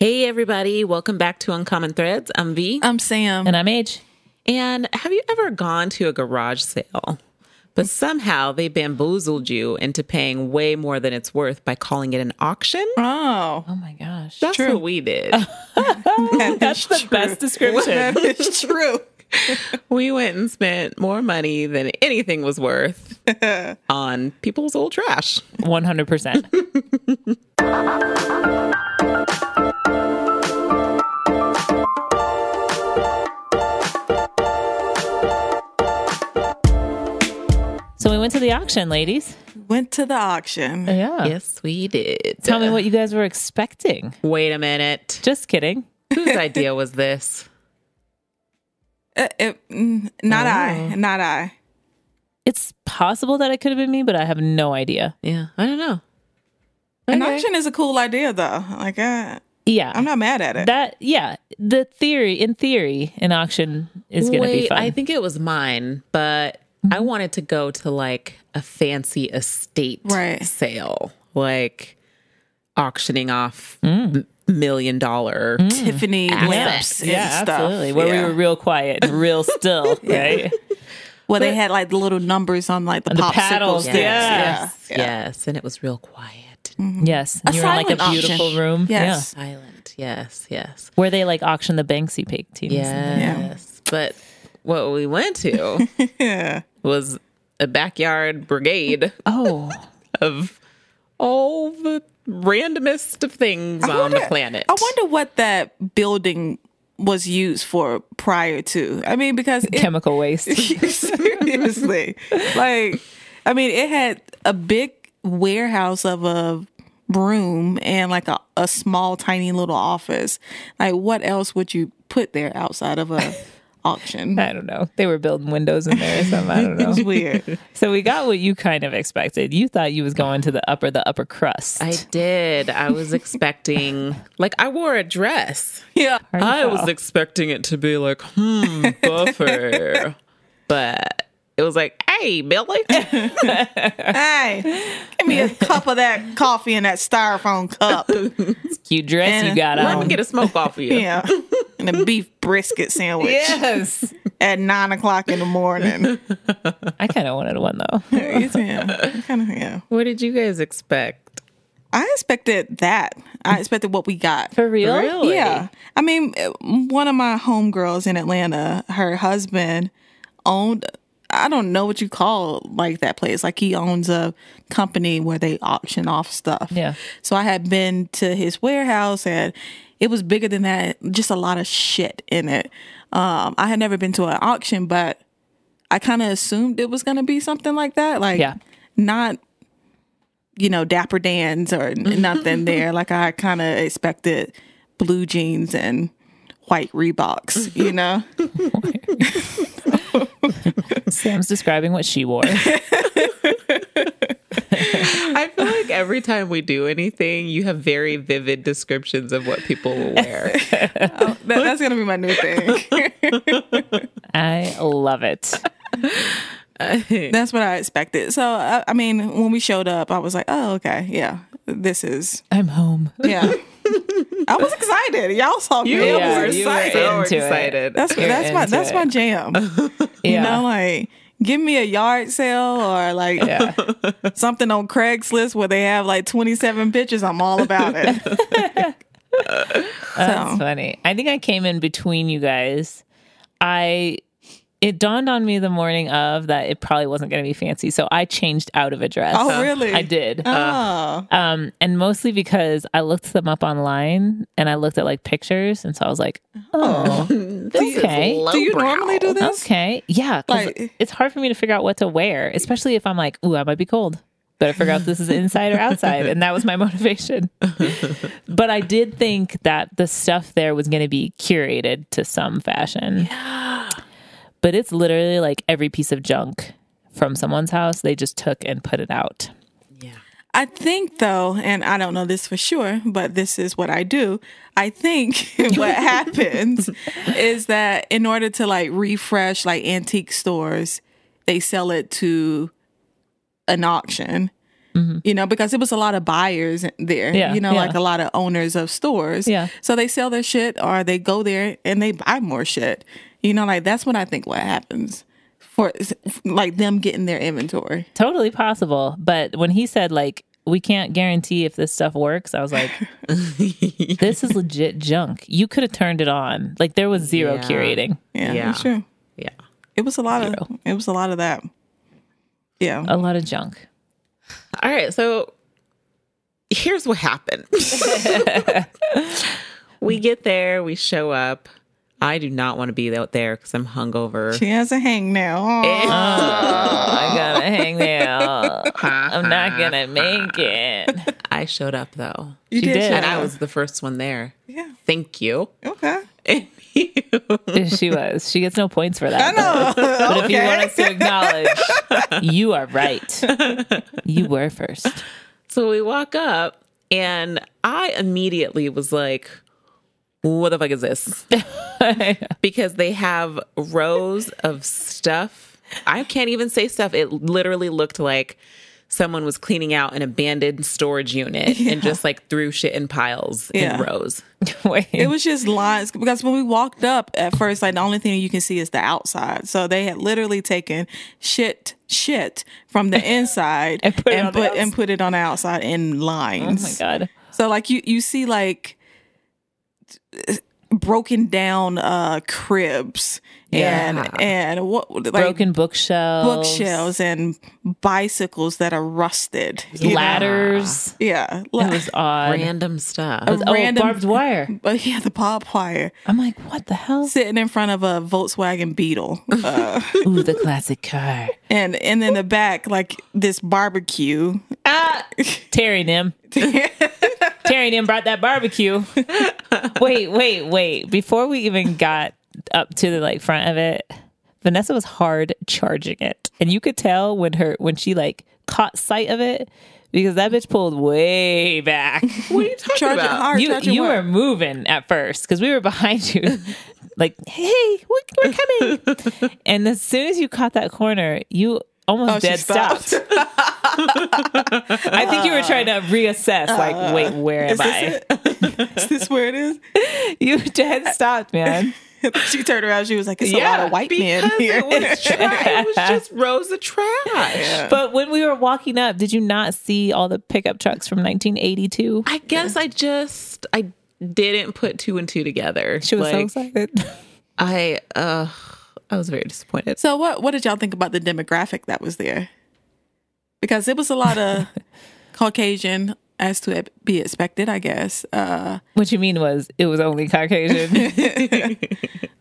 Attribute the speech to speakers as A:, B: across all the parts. A: Hey, everybody. Welcome back to Uncommon Threads. I'm V.
B: I'm Sam.
C: And I'm Age.
A: And have you ever gone to a garage sale, but somehow they bamboozled you into paying way more than it's worth by calling it an auction?
B: oh,
C: Oh my gosh.
A: That's what we did.
C: Uh,
B: that's
C: the best description.
B: It's true.
A: we went and spent more money than anything was worth on people's old trash.
C: 100%. so we went to the auction, ladies.
B: Went to the auction.
C: Yeah.
A: Yes, we did.
C: Tell me what you guys were expecting.
A: Wait a minute.
C: Just kidding.
A: Whose idea was this?
B: Uh, it- mm, not I. Not I.
C: It's possible that it could have been me, but I have no idea.
A: Yeah, I don't know.
B: An
A: Okay.
B: auction is a cool idea, though. Like, I,
C: Yeah.
B: I'm not mad at it.
C: that yeah, the theory in theory an auction is going to be
A: Wait,
C: fun. Mm-hmm.
A: I think it was mine, but I wanted to go to like a fancy estate
B: Right.
A: sale, like auctioning off
C: Mm.
A: m- million dollar.
B: Tiffany lamps and
C: yeah,
B: stuff.
C: absolutely. Where
B: Mm. Yeah.
C: we were real quiet and real still, right?
B: Well, they had like the little numbers on like the,
C: the
B: popsicle
C: paddles,
B: sticks.
C: yeah.
A: Yes, yes, and it was real quiet,
C: Yes, and you were in like a
B: silent
C: beautiful
B: auction.
C: room,
B: Yes.
C: yeah,
A: silent. Yes, yes,
C: where they like auction the Banksy paintings.
A: yes. But what we went to was a backyard brigade
C: Oh,
A: of all the randomest of things on the planet.
B: I wonder what that building was used for prior to. I mean, because it,
C: chemical waste.
B: seriously like i mean it had a big warehouse of a room and like a, a small tiny little office like what else would you put there outside of a auction
C: I don't know. They were building windows in there or something. I don't
B: it's
C: know.
B: weird
C: So we got what you kind of expected. You thought you was going to the upper, the upper crust.
A: I did. I was expecting, like, I wore a dress.
B: yeah
A: I
C: Girl.
A: was expecting it to be like, hmm, buffet. but it was like, hey, Billy.
B: hey give me a cup of that coffee in that styrofoam cup
C: Cute dress you
B: And
C: got
A: Let me
C: on.
A: get a smoke off of you.
B: yeah and a beef brisket sandwich
C: yes,
B: at nine o'clock in the morning
C: I kind of wanted one though.
B: yeah kind of yeah
A: What did you guys expect?
B: i expected that i expected what we got
C: For real?
A: Really?
B: Yeah. I mean, uh, one of my homegirls in Atlanta, her husband owned, I don't know what you call like that place. Like he owns a company where they auction off stuff.
C: Yeah.
B: So I had been to his warehouse and it was bigger than that, just a lot of shit in it. Um, I had never been to an auction, but I kind of assumed it was going to be something like that. Like,
C: Yeah.
B: not you know, Dapper Dans or n- nothing there. Like I kind of expected blue jeans and white Reeboks, you know?
C: Sam's describing what she wore.
A: I feel like every time we do anything, you have very vivid descriptions of what people will wear.
B: That, that's going to be my new thing.
C: I love it.
B: that's what I expected. So, I, I mean, when we showed up, I was like, oh, okay. Yeah. This is,
C: I'm home.
B: yeah. I was excited. Y'all saw me. I was
C: Yeah,
B: excited.
C: you were
A: so
C: into it.
A: excited.
B: That's
C: You're
B: that's my
C: into
B: that's
C: it.
B: my jam. You
C: Yeah.
B: know, like give me a yard sale or like
C: Yeah.
B: something on Craigslist where they have like twenty seven pictures. I'm all about it. Oh.
C: That's funny. I think I came in between you guys. I it dawned on me the morning of that it probably wasn't going to be fancy, so I changed out of a dress.
B: Oh, really?
C: I did.
B: Oh,
C: Um, and mostly because I looked them up online and I looked at like pictures, and so I was like, oh, okay.
A: Oh,
B: do you normally do this?
C: Okay. Yeah. 'cause
B: Like-
C: it's hard for me to figure out what to wear, especially if I'm like, ooh, I might be cold. Better figure out if this is inside or outside. And that was my motivation. but I did think that the stuff there was going to be curated to some fashion. But it's literally like every piece of junk from someone's house, they just took and put it out.
A: Yeah.
B: I think though, and I don't know this for sure, but this is what I do. I think what happens is that in order to like refresh like antique stores, they sell it to an auction. you know, because it was a lot of buyers there,
C: Mm-hmm. Yeah,
B: you know,
C: yeah.
B: like a lot of owners of stores.
C: Yeah.
B: So they sell their shit or they go there and they buy more shit. You know, like that's what I think what happens for like them getting their inventory.
C: Totally possible. But when he said like we can't guarantee if this stuff works, I was like, this is legit junk. You could have turned it on. Like there was zero
A: Yeah.
C: curating.
B: Yeah,
A: Yeah.
B: that's true.
A: Yeah.
B: It was a lot of it was a lot of that. Yeah.
C: A lot of junk.
A: All right. So here's what happened we get there, we show up. I do not want to be out there because I'm hungover. Uh,
B: She has a hang now.
C: Eh.
B: Aw.
C: I gotta hang now. I'm not gonna make it.
A: I showed up though.
B: you
C: she did.
B: show
A: And I
B: up.
A: was the first one there.
B: Yeah.
A: Thank you.
B: Okay.
C: She was. She gets no points for that.
B: No.
C: But if you want us to acknowledge, you are right. You were first.
A: So we walk up, and I immediately was like, what the fuck is this? because they have rows of stuff. I can't even say stuff. It literally looked like someone was cleaning out an abandoned storage unit and just like threw shit in piles
B: Yeah.
A: in rows.
C: Wait.
B: It was just lines because when we walked up at first, like the only thing you can see is the outside. So they had literally taken shit, shit from the inside
C: And put it on the outs-
B: and put it on the outside in
C: oh my
B: lines.
C: god.
B: So like you you see like broken down uh cribs
A: Yeah.
B: and and what like
C: Broken bookshelves.
B: bookshelves and bicycles that are rusted. you know?
C: Ladders.
B: Yeah. Like,
C: It's odd.
A: Random stuff.
C: oh,
B: random-
C: barbed wire.
B: but yeah, the barbed wire
C: I'm like, what the hell?
B: sitting in front of a Volkswagen Beetle. Uh,
C: Ooh, the classic car.
B: and and in the back like this barbecue
C: Ah, Terry Nim. Terry Nim brought that barbecue. wait, wait, wait. Before we even got up to the like front of it, Vanessa was hard charging it, and you could tell when her when she like caught sight of it because that bitch pulled way back.
A: what are you talking
B: charging
A: about?
B: hard
C: you
B: charging
C: you
B: what?
C: were moving at first because we were behind you, like hey, we're, we're coming. and as soon as you caught that corner, you almost
B: Oh, she
C: dead stopped. I think you were trying to reassess, like, wait, where am
B: Uh, is
C: I?
B: this it? is this where it is
C: You dead stopped, man.
B: she turned around she was like it's a lot of white men
A: because
B: here
A: It was, trash. it was just rows of trash.
C: But when we were walking up, did you not see all the pickup trucks from 1982?
A: I guess I just I didn't put two and two together.
C: She was so
A: Like,
C: excited.
A: I uh I was very disappointed.
B: so what what did y'all think about the demographic that was there because it was a lot of caucasian as to be expected i guess uh
C: What you mean was it was only Caucasian.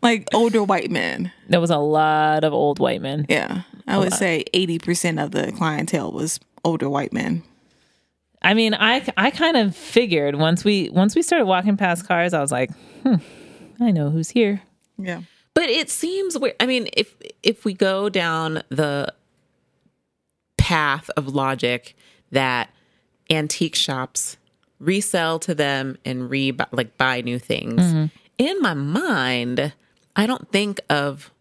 B: like older white men
C: there was a lot of old white men.
B: yeah i would say 80% of the clientele was older white men
C: I mean, I I kind of figured once we once we started walking past cars, I was like, hmm, I know who's here.
B: yeah
A: But it seems weird. I mean, if if we go down the path of logic that antique shops resell to them and re like buy new things,
C: Mm-hmm.
A: in my mind, I don't think of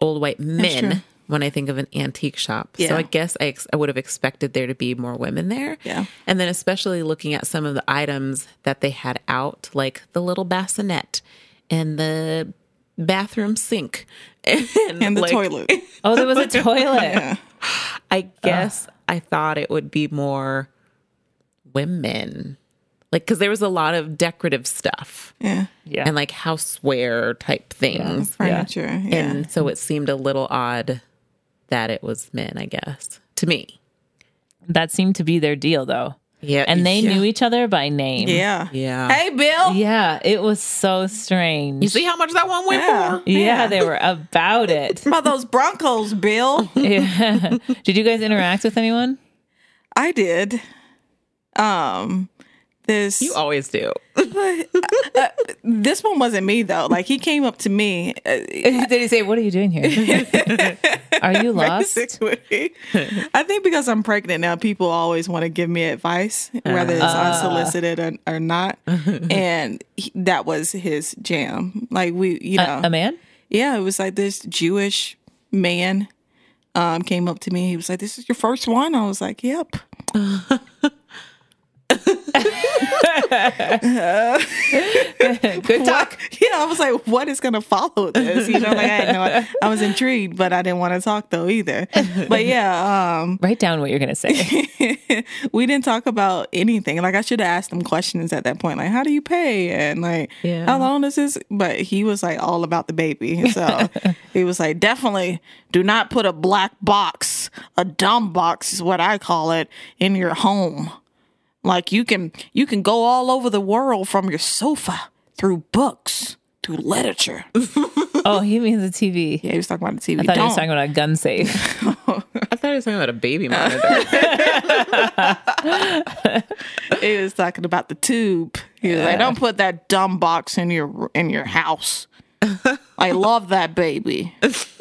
A: old white men when I think of an antique shop. So
B: Yeah.
A: I guess I, ex- I would have expected there to be more women there.
B: Yeah.
A: And then especially looking at some of the items that they had out, like the little bassinet and the bathroom sink and,
B: and the
A: like,
B: toilet
C: Oh, there was a toilet.
A: I guess I thought it would be more women. Like, because there was a lot of decorative stuff
B: yeah
C: Yeah.
A: and like houseware type things.
B: furniture yeah,
A: And so it seemed a little odd that it was men, I guess, to me.
C: that seemed to be their deal though.
A: Yeah.
C: And they
A: yeah.
C: knew each other by name.
B: yeah.
A: Yeah.
B: Hey, Bill.
C: Yeah, it was so strange.
A: You see how much that one went
B: Yeah.
A: for?
C: yeah, they were about it.
B: About those Broncos, Bill.
C: Yeah. Did you guys interact with anyone?
B: I did. Um, this
A: You always do.
B: this one wasn't me though. Like he came up to me. uh,
C: Did he say, "What are you doing here? are you lost?"
B: basically. I think because I'm pregnant now, people always want to give me advice, whether it's unsolicited or, or not. and he, that was his
C: um,
B: jam. Like we, you know,
C: A man?
B: yeah, it was like this Jewish man um, came up to me. He was like, "This is your first one." I was like, "Yep."
C: Good talk.
B: Yeah, I was like, "What is going to follow this?" You know, like I had no. I was intrigued, but I didn't want to talk though either. But yeah, um,
C: Write down what you're gonna say.
B: we didn't talk about anything. Like I should have asked him questions at that point, like how do you pay and like
A: Yeah.
B: how long is this? But he was like all about the baby, so he was like, definitely do not put a black box, a dumb box is what I call it, in your home. Like you can you can go all over the world from your sofa through books through literature. Yeah,
C: oh, he means a TV.
B: he was talking about the TV.
C: I thought he
B: Don't.
C: was talking about a gun safe.
A: I thought he was talking about a baby monitor.
B: He was talking about the tube. He was like, "Don't put that dumb box in your in your house." I love that baby.
C: Oh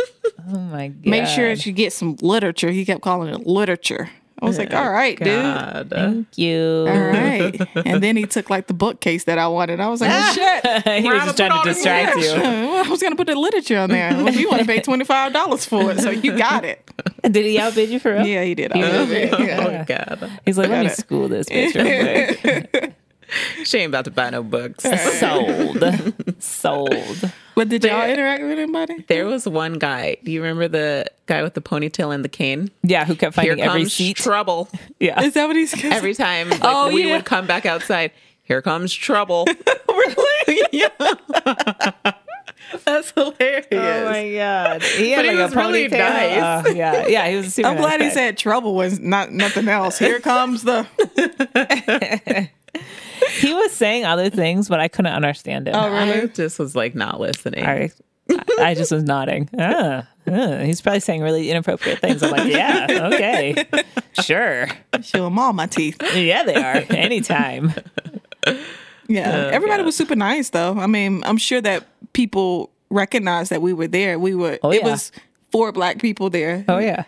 C: my god.
B: Make sure that you get some literature. He kept calling it literature. I was like, "All right, dude."
A: God.
C: Thank you.
B: All right. And then he took like the bookcase that I wanted. I was like, well, shit.
C: he was just trying to distract you.
B: I was gonna put the literature on there. Well, you want to pay twenty five dollars for it, so you got it.
C: Did he outbid you for real?
B: Yeah, he did. I love it. Yeah.
A: Oh God,
C: He's like, let me
B: Got it.
C: school this bitch real quick.
A: she ain't about to buy no books.
C: Sold. Sold.
B: But did y'all interact with anybody?
A: There was one guy. Do you remember the guy with the ponytail and the cane?
C: Yeah, who kept
A: Here
C: finding every
A: comes
C: seat?
A: trouble.
C: Yeah.
B: Is that what he's?
A: Every time like,
B: Oh,
A: we
B: yeah.
A: would come back outside, here comes trouble.
B: really?
A: yeah.
B: That's hilarious.
A: Oh,
C: Oh god. He had
A: But he was really nice.
C: Oh, yeah. Yeah, he was a super
B: I'm glad he
C: nice guy.
B: said trouble was not nothing else. Here comes the
C: he was saying other things, but I couldn't understand it.
A: I just was like not listening.
C: I, I just was nodding. Ah, ah. He's probably saying really inappropriate things. I'm like, yeah, okay, sure.
B: show them all my teeth.
C: Yeah, they are. Anytime.
B: Yeah, everybody was super nice though. I mean, I'm sure that people recognized that we were there. We were.
C: Oh,
B: it
C: yeah.
B: was four black people there.
C: Oh, yeah.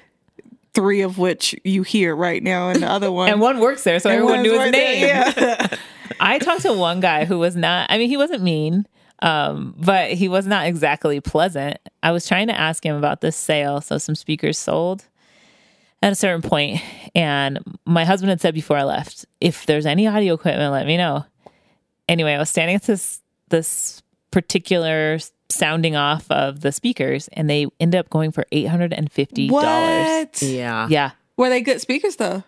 B: Three of which you hear right now, and the other one.
C: And one works there, so everyone
B: Everyone's
C: knew his
B: right there,
C: name.
B: yeah.
C: I talked to one guy who was not, I mean, he wasn't mean, um, but he was not exactly pleasant. I was trying to ask him about this sale. So some speakers sold at a certain point, And my husband had said before I left, if there's any audio equipment, let me know. Anyway, I was standing at this, this particular sounding off of the speakers and they end up going for $850.
B: What?
A: yeah.
C: Yeah.
B: Were they good speakers though?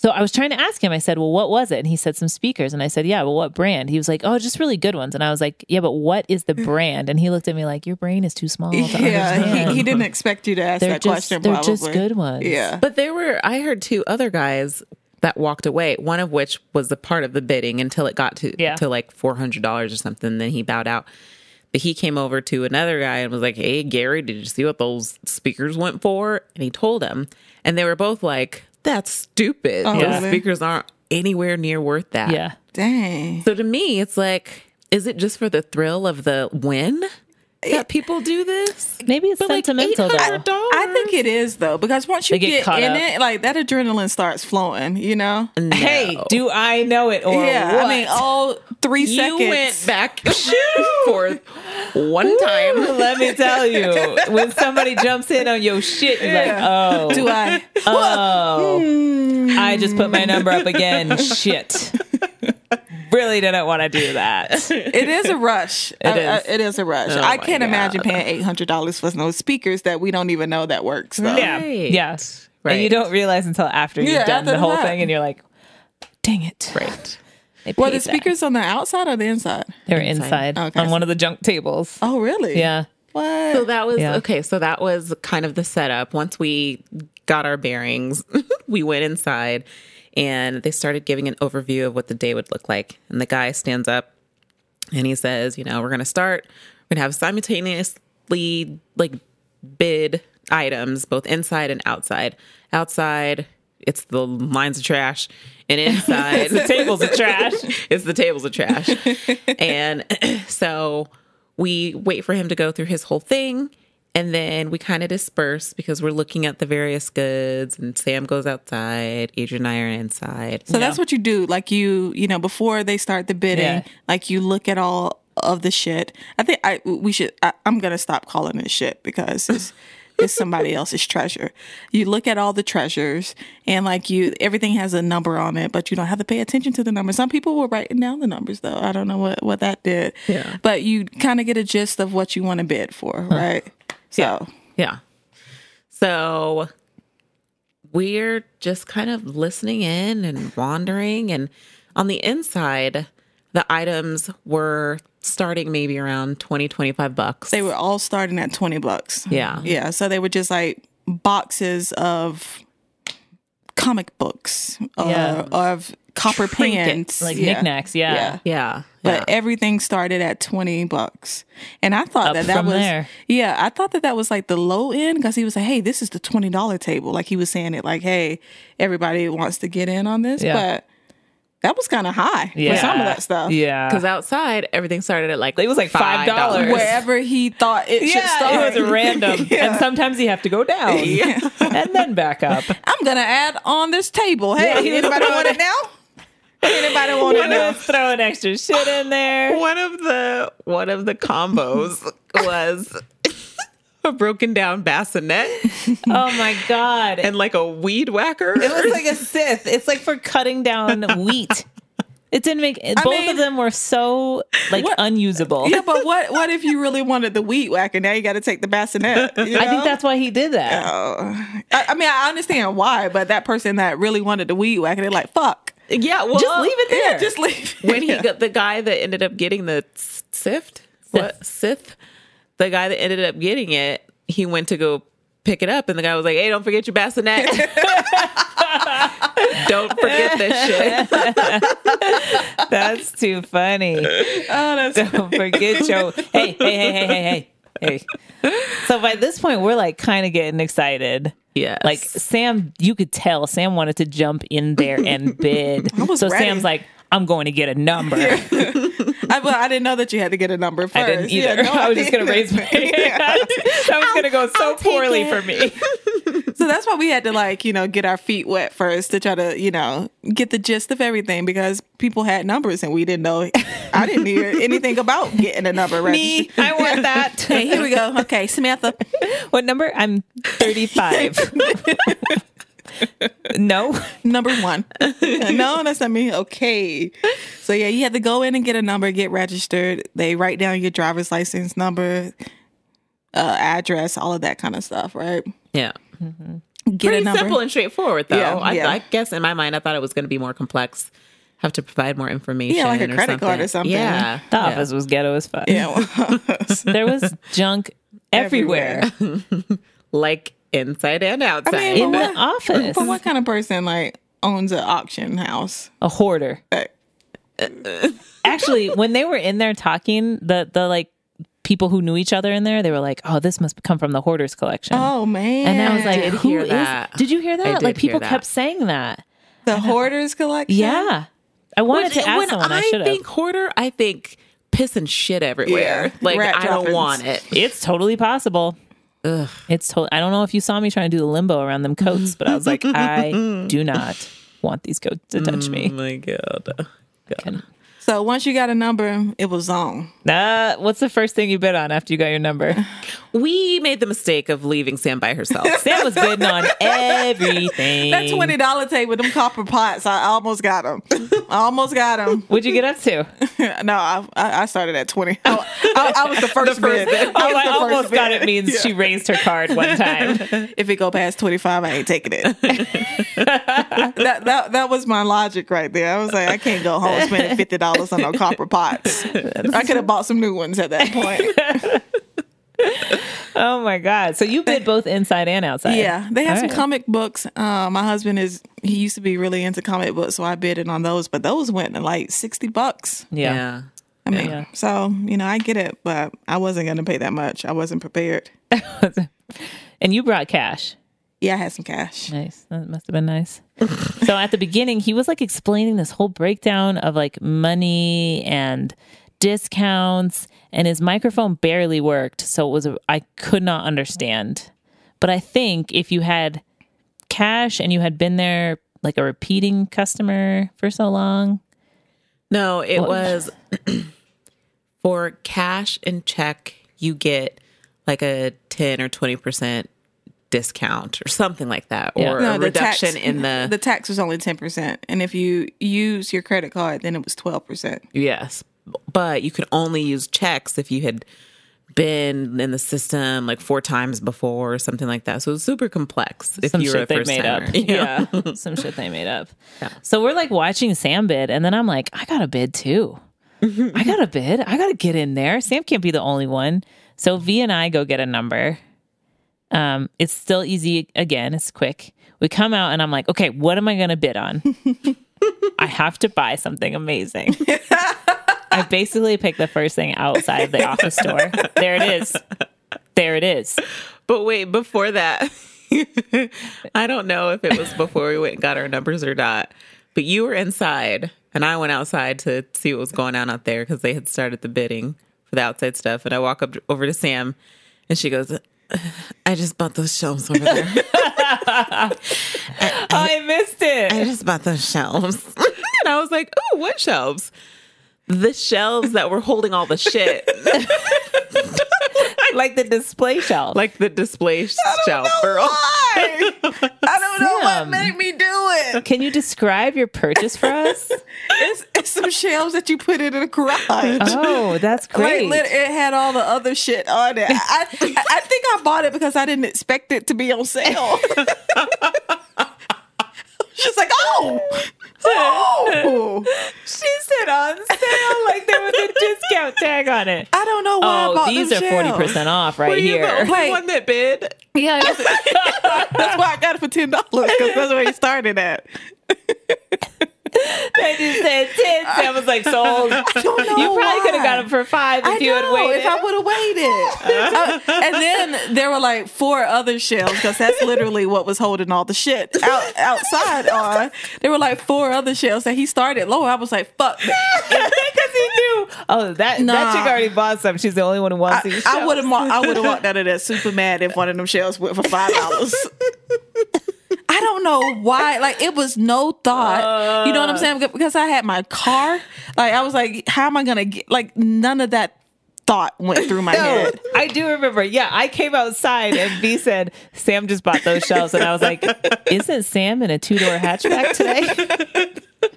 C: So I was trying to ask him, I said, Well, what was it? And he said, Some speakers. And I said, Yeah, well, what brand? He was like, Oh, just really good ones. And I was like, Yeah, but what is the brand? And he looked at me like, Your brain is too small. To
B: Yeah,
C: understand.
B: he, he didn't expect you to ask
C: they're
B: that
C: just,
B: question.
C: they're
B: probably.
C: just good ones.
B: Yeah.
A: But there were, I heard two other guys that walked away, one of which was the part of the bidding until it got to,
C: Yeah.
A: to like $400 or something. Then he bowed out. But he came over to another guy and was like, Hey, Gary, did you see what those speakers went for? And he told him. And they were both like, That's stupid.
B: Oh,
A: those
B: really?
A: speakers aren't anywhere near worth that.
C: Yeah.
B: Dang.
A: So to me, it's like, is it just for the thrill of the win that people do this?
C: Maybe it's sentimental,
A: $800?
C: though.
B: I think it is though, because once you
C: They get
B: get,
C: caught
B: in
C: up.
B: it, like that adrenaline starts flowing, you know?
C: Hey,
A: No.
C: do I know it or
B: yeah.
C: what?
B: I mean, all three seconds.
A: You went back and forth one time.
C: Let me tell you, when somebody jumps in on your shit, you're
B: Yeah.
C: like, oh,
B: Do I?
C: oh, I just put my number up again. Shit. Really didn't want to do that.
B: It is a rush. I- I- It is,
C: is.
B: a rush. I can't
A: God.
B: imagine paying eight hundred dollars for no speakers that we don't even know that works. Though.
C: Yeah.
A: Right.
C: Yeah. And you
A: Right.
C: don't realize until after you've
B: Yeah,
C: done
B: after
C: the whole
B: that.
C: thing and you're like, dang it.
A: Right.
C: They
B: Well,
C: paid
B: the
C: that.
B: speakers on the outside or the inside?
C: They were
A: Inside.
C: inside,
B: Okay.
C: on one of the junk tables.
B: Oh, really?
C: oh, Yeah.
B: What?
A: So that was
C: Yeah.
A: okay. So that was kind of the setup. Once we got our bearings, we went inside and they started giving an overview of what the day would look like. And the guy stands up and he says, you know, we're going to start, we're going to have simultaneously like bid items both inside and outside. Outside, it's the lines of trash, and inside,
C: The tables of trash.
A: it's the tables of trash. and so we wait for him to go through his whole thing. And then we kind of disperse because we're looking at the various goods. And Sam goes outside, Adrian and I are inside.
B: So that's what you do. Like you, you know, before they start the bidding,
C: Yeah.
B: like you look at all of the shit. I think I we should. I, I'm gonna stop calling it shit because it's it's somebody else's treasure. You look at all the treasures and like you everything has a number on it, but you don't have to pay attention to the number. Some people were writing down the numbers though. I don't know what, what that did.
A: Yeah.
B: But you kind of get a gist of what you want to bid for, right? So
A: Yeah. So we're just kind of listening in and wandering. And on the inside, the items were starting maybe around 20, 25 bucks.
B: they were all starting at 20 bucks.
C: Uh-huh.
A: yeah.
B: Yeah. So they were just like boxes of comic books or
C: Yeah.
B: of copper
A: Trinkets,
B: pans.
C: like
B: Yeah.
C: knickknacks. Yeah.
B: Yeah.
A: Yeah.
B: But
A: yeah.
B: everything started at 20 bucks. And I thought
C: Up
B: that that
C: from
B: was,
C: there.
B: yeah, I thought that that was like the low end because he was like, hey, this is the $20 table. Like he was saying it like, hey, everybody wants to get in on this.
C: Yeah.
B: But that was kind of high for some of that stuff.
C: Yeah.
A: because outside everything started at like
C: It was like $5.
B: Wherever he thought it should
C: yeah,
B: start.
C: it was random.
B: Yeah.
C: And sometimes you have to go down and then back up.
B: I'm gonna add on this table. Hey,
C: Yeah, he was
B: anybody
C: throwing
B: want it now? Anybody want it
C: One of
B: now?
C: us throwing extra shit in there.
A: one of the one of the combos was a broken down bassinet
C: Oh my god!
A: and like a weed whacker.
C: it was like a scythe. It's like for cutting down wheat. It didn't make. both
B: mean-
C: of them were so like
B: What-
C: unusable.
B: Yeah, but what what if you really wanted the weed whacker? Now you got to take the bassinet. you
C: I
B: know?
C: think that's why he did that.
B: I, I mean, I understand why, but that person that really wanted the weed whacker, they're like, "Fuck,
A: yeah, well,
C: Just leave it there.
B: yeah, just leave."
A: when he
B: Yeah.
A: got the guy that ended up getting the s- sift, what sith, the guy that ended up getting it, he went to go pick it up, and the guy was like, "Hey, don't forget your bassinet. don't forget this shit."
C: That's too funny.
B: oh, that's
C: Don't forget your hey, hey, hey, hey, hey, hey, hey. So by this point, we're like kind of getting excited.
A: Yes,
C: Like Sam, you could tell Sam wanted to jump in there and bid.
B: was
C: so
B: ready.
C: Sam's like, I'm going to get a number.
B: I, well, I didn't know that you had to get a number first.
C: I didn't either.
B: Yeah, no,
C: I was just
B: didn't.
C: gonna raise my hand. that was gonna go so poorly for me.
B: So that's why we had to like, you know, get our feet wet first to try to, you know, get the gist of everything because people had numbers and we didn't know I didn't hear anything about getting a number right.
C: me, I want
B: Okay,
C: that.
B: here we go. Okay, Samantha.
C: what number? I'm 35. no.
B: Number one. No, that's not me. Okay. So yeah, you had to go in and get a number, get registered. They write down your driver's license number, uh, address, all of that kind of stuff, right?
A: yeah.
B: Get
A: Pretty
B: a number.
A: simple and straightforward, though.
B: Yeah,
A: I,
B: yeah.
A: I guess in my mind, I thought it was going to be more complex, have to provide more information,
B: Yeah, like a
A: or
B: credit card or something.
A: Yeah,
C: The
A: yeah.
C: office was ghetto as fuck.
B: Yeah.
C: There was junk everywhere,
A: like inside and outside.
B: mean,
C: in
B: But
C: the
B: what-
C: office.
B: But what kind of person like owns an auction house?
C: A hoarder.
B: Like,
C: Actually, when they were in there talking, the the like people who knew each other in there, they were like, "Oh, this must come from the hoarders collection."
B: oh man!
C: and I was like,
A: did
C: "Who
A: hear
C: is?
A: that.
C: Did you hear that?
A: did
C: like
A: hear
C: people
A: that.
C: kept saying that.
B: the hoarders collection.
C: Yeah, I wanted to ask
A: when
C: someone. I, should have.
A: think hoarder, I think piss and shit everywhere.
B: Yeah,
A: Like
B: rat
A: I don't
B: droppings.
A: want it.
C: It's totally possible. It's to- I don't know if you saw me trying to do the limbo around them coats, but I was like, I do not want these coats to touch me.
A: Oh my god.
C: Can-
B: So once you got a number, it was on.
C: Uh, what's the first thing you bid on after you got your number?
A: We made the mistake of leaving Sam by herself.
C: Sam was bidding on everything.
B: That twenty dollar table with them copper pots, I almost got them. I almost got them.
C: What'd you get up to?
B: no, I, I I started at twenty. I, Oh, I, I was the first, bid. I was
C: Oh, I
B: the first
C: almost got
B: bid.
C: it means
B: Yeah.
C: she raised her card one time.
B: If it go past twenty five, I ain't taking it. that, that that was my logic right there. I was like, I can't go home spending fifty dollars on no copper pots. I could have bought some new ones at that point.
C: Oh my god! So you bid both inside and outside.
B: Yeah, they have
C: All
B: some
C: right.
B: comic books. Uh, my husband is he used to be really into comic books, so I bid in on those. But those went to like sixty bucks.
C: Yeah.
B: I mean,
C: Yeah.
B: so you know, I get it, but I wasn't going to pay that much. I wasn't prepared.
C: and you brought cash.
B: Yeah, I had some cash.
C: Nice. That must have been nice. so at the beginning, he was like explaining this whole breakdown of like money and discounts, and his microphone barely worked, so it was a, I could not understand. But I think if you had cash and you had been there like a repeating customer for so long,
A: No, it was for cash and check you get like a 10 or 20% discount or something like that,
C: Yeah.
A: or
B: No,
A: a
B: the tax-
A: reduction in the,
B: the tax was only 10%. And if you use your credit card, then it was 12%.
A: yes. But you could only use checks if you had been in the system like four times before or something like that. So it's super complex. If
C: some
A: you were a
C: shit they
A: first
C: made up.
A: timer.
C: Yeah, some shit they made up. So we're like watching Sam bid, and then I'm like, I got to bid too. I got to bid. I got to get in there. Sam can't be the only one. So V and I go get a number. Um, it's still easy. Again, it's quick. We come out, and I'm like, okay, what am I going to bid on? I have to buy something amazing. I basically picked the first thing outside of the office store. There it is. There it is.
A: But wait, before that, I don't know if it was before we went and got our numbers or not, but you were inside and I went outside to see what was going on out there because they had started the bidding for the outside stuff. And I walk up over to Sam and she goes, I just bought those shelves over there.
C: I missed it.
A: I just bought those shelves. and I was like, oh, what shelves? The shelves that were holding all the shit,
C: like the display shelf.
A: like the display shelf, girl.
B: Why? I don't know what
C: Sam.
B: made me do it.
C: can you describe your purchase for us?
B: It's, it's some shelves that you put in a garage.
C: oh, that's
B: Like,
C: great.
B: lit- it had all the other shit on it. I, I I think I bought it because I didn't expect it to be on sale. She's like, oh, oh.
C: she said on sale, like there was a discount tag on it.
B: I don't know why I
C: Oh,
B: bought
C: these are
B: them
C: forty
B: shells.
C: percent off right
A: You the
C: here.
A: only
B: Wait.
A: one that bid.
C: yeah, it was-
B: That's why I got it for ten dollars because that's where you started at.
C: they just said ten. I was like sold.
B: I don't know
C: You probably could have
B: why.
C: got them for five if
B: I
C: you had
B: know,
C: waited.
B: if I would have waited. Uh, and then there were like four other shelves because that's literally what was holding all the shit out, outside on. There were like four other shelves that he started low. I was like, fuck.
C: Because he knew. Oh, that
B: Nah.
C: that chick already bought some. She's the only one who wants these.
B: I
C: shells.
B: would have I would have walked out of there super mad if one of them shells went for five dollars. I don't know why. Like it was no thought. you know what
C: Uh.
B: I'm saying? Because I had my car. Like I was like, how am I gonna get? Like none of that thought went through my
C: No,
B: head.
C: I do remember. Yeah, I came outside and V said, Sam just bought those shelves. And I was like, Isn't Sam in a two door hatchback today?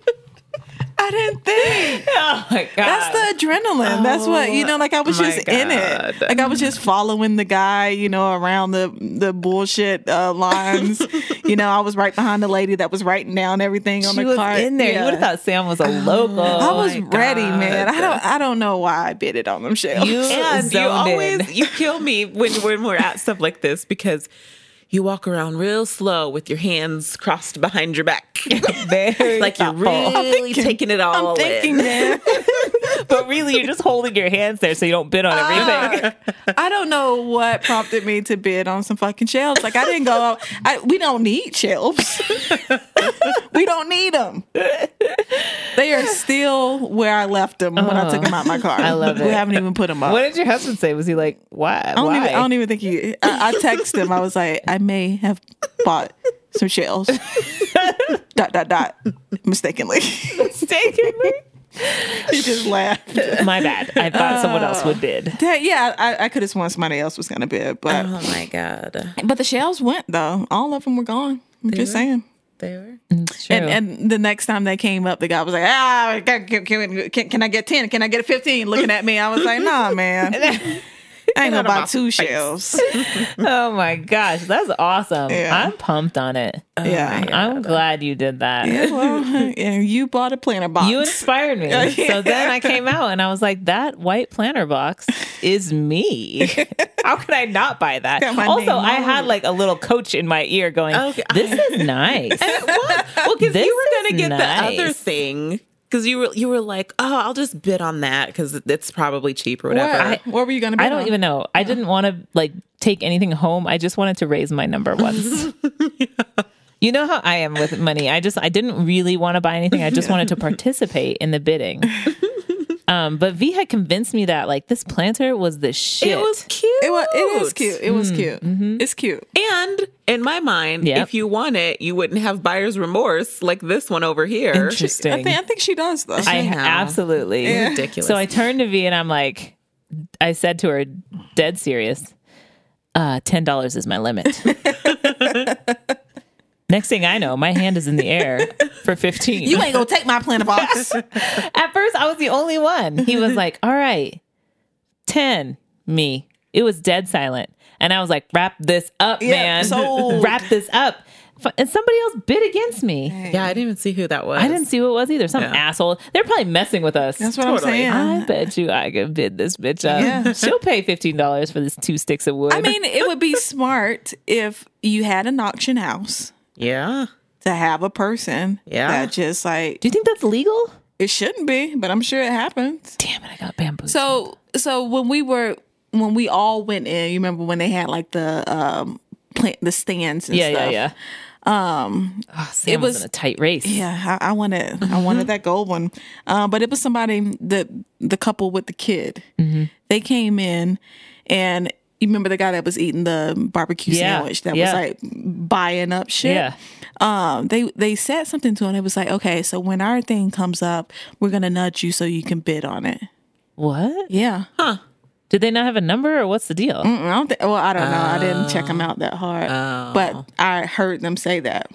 B: I didn't think.
C: Oh my God.
B: That's the adrenaline. That's what you know. Like I was
A: my
B: just in it.
A: God.
B: Like I was just following the guy. You know, around the the bullshit uh, lines. you know, I was right behind the lady that was writing down everything on
C: she
B: the
C: was
B: card.
C: in there. You
B: Yeah.
C: would have thought "Oh Sam was a local.
B: I was
A: my
B: ready,
A: God.
B: man. I don't I don't know why I bid it on them shelves.
C: You-
A: and you
C: zoned
A: always
C: in.
A: you kill me when when we're at stuff like this because you walk around real slow with your hands crossed behind your back
C: very
A: like you're
C: thoughtful.
A: really taking it all
B: I'm thinking,
A: in.
B: man.
C: but really, you're just holding your hands there so you don't bid on everything.
B: Uh, I don't know what prompted me to bid on some fucking shelves. Like I didn't go. I, we don't need shelves. we don't need them. They are still where I left them when I took them out my car. Uh-huh. I
C: love
B: We
C: it.
B: haven't even put them up.
C: what did your husband say? Was he like, Why?
B: I don't,
C: Why?
B: even, I don't even think he. I, I texted him. I was like, I may have bought some shells. dot dot dot. Mistakenly,
C: Mistakenly.
B: he just laughed.
C: My bad. I thought someone else would bid.
B: Yeah, yeah, I, I could have sworn somebody else was gonna bid, but
A: oh my god
B: but the shells went though. All of them were gone. I'm just saying.
A: they were
B: And and the next time they came up, the guy was like, "Ah, can, can, can, can I get ten? Can I get a 15? Looking at me, I was like, "Nah, man, I ain't gonna buy two shells."
C: oh my gosh. That's awesome.
B: Yeah.
C: I'm pumped on it.
B: yeah,
C: I'm glad you did that.
B: yeah, well, yeah, you bought a planter box.
C: You inspired me. So then I came out and I was like, that white planter box is me. How could I not buy that?
B: Got my
C: Also,
B: name
C: I
B: on
C: had like a little coach in my ear going,
A: Okay.
C: this is nice.
A: well because
C: This
A: you were
C: is
A: gonna get
C: nice.
A: the other thing because you were you were like oh i'll just bid on that because it's probably cheap or whatever
B: What? what were you gonna? Bid
C: I don't
B: on?
C: even know. I didn't want to like take anything home. I just wanted to raise my number once. You know how I am with money. I just I didn't really want to buy anything. I just wanted to participate in the bidding. Um, but V had convinced me that like this planter was the shit.
A: it was cute
B: It was. It is cute. It
C: Mm-hmm.
B: was cute. It's cute.
A: and in my mind
C: Yep.
A: if you want it you wouldn't have buyer's remorse like this one over here
C: Interesting.
B: I think. I think she does though.
C: I
A: Anyhow.
C: absolutely.
A: ridiculous
C: So I turned to V and I'm like, I said to her, dead serious, uh, $10 is my limit. Next thing I know, my hand is in the air for 15.
B: You ain't gonna take my planter box.
C: At first, I was the only one. He was like, all right, 10, me. It was dead silent. And I was like, wrap this up,
B: Yeah,
C: man.
B: sold.
C: Wrap this up. F- And somebody else bid against me.
A: Yeah, I didn't even see who that was.
C: I didn't see who it was either. Some
A: Yeah.
C: asshole. They're probably messing with us.
B: That's what
A: Totally.
B: I'm saying.
C: I bet you I could bid this bitch up.
B: Yeah.
C: She'll pay $15 for this two sticks of wood.
B: I mean, it would be smart if you had an auction house
A: Yeah.
B: to have a person
A: Yeah.
B: that just like
C: do you think that's legal?
B: it shouldn't be, but I'm sure it happens.
C: Damn it, I got bamboo.
B: So so when we were when we all went in, you remember when they had like the um plant the stands and
C: yeah, yeah,
B: stuff.
C: yeah. Um, it was,
B: was-
C: in a tight race.
B: Yeah, I, I wanted I
C: Mm-hmm.
B: wanted that gold one, uh, but it was somebody the the couple with the kid.
C: Mm-hmm.
B: They came in, and you remember the guy that was eating the barbecue
C: Yeah,
B: sandwich that
C: yeah.
B: was like buying up shit.
C: Yeah.
B: Um, they they said something to him. It was like, okay, so when our thing comes up, we're gonna nudge you so you can bid on it.
C: What?
B: Yeah,
C: Did they not have a number or what's the deal?
B: Mm, I don't think. Well, I don't know. I didn't check
C: Oh.
B: them out that hard, but I heard them say that.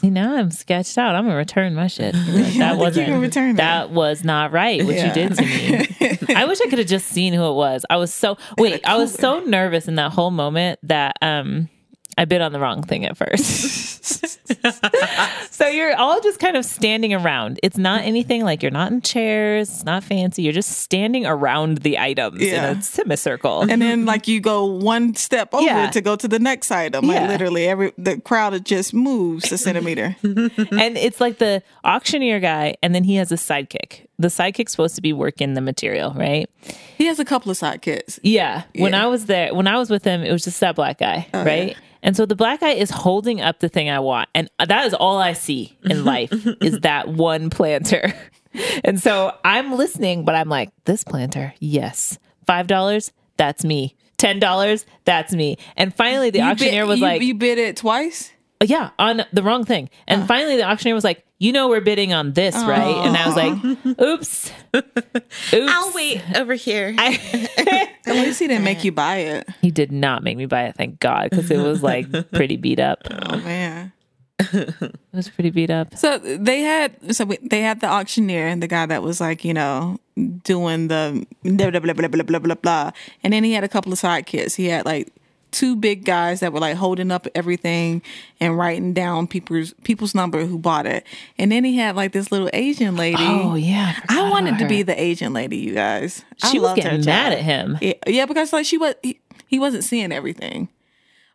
C: See, now I'm sketched out. I'm gonna return my shit. That wasn't
B: can return it.
C: that was not right what
B: Yeah.
C: you did to me. I wish I could have just seen who it was. I was so wait, I was so nervous in that whole moment that um I bid on the wrong thing at first. so you're all just kind of standing around. It's not
B: Mm-hmm.
C: anything like you're not in chairs, it's not fancy. You're just standing around the items
B: Yeah.
C: in a semicircle.
B: and then like you go one step over
C: Hmm. Yeah.
B: to go to the next item. Like
C: Yeah.
B: literally, every the crowd just moves a centimeter.
C: and it's like the auctioneer guy, and then he has a sidekick. The sidekick's supposed to be working the material, right?
B: he has a couple of sidekicks.
C: Yeah. When
B: Yeah. Oh,
C: I was there, when I was with him, it was just that black guy, right? And so the black guy is holding up the thing I want, and that is all I see in life is that one planter. And so I'm listening, but I'm like, this planter, yes, five dollars, that's me. Ten dollars, that's me. And finally, the
B: You
C: auctioneer
B: bid-
C: was
B: you-
C: like,
B: "You Uh. bid it twice."
C: yeah, on the wrong thing. And finally, the auctioneer was like, "You know, we're bidding on this, right?" And I was like, "Oops, oops."
A: I'll wait over here.
B: At least he didn't make you buy it.
C: He did not make me buy it, thank God, because it was like pretty beat up.
B: Oh man.
C: It was pretty beat up.
B: So they had so we, they had the auctioneer and the guy that was like you know doing the blah blah blah blah blah blah blah blah, and then he had a couple of sidekicks. He had like two big guys that were like holding up everything and writing down people's people's number who bought it, and then he had like this little Asian lady.
C: Oh yeah, forgot
B: I wanted
C: about
B: to be
C: her.
B: the Asian lady, you guys. I
C: She was
B: loved her
C: getting
B: job.
C: mad at him.
B: Yeah, yeah, because like she was, he, he wasn't seeing everything.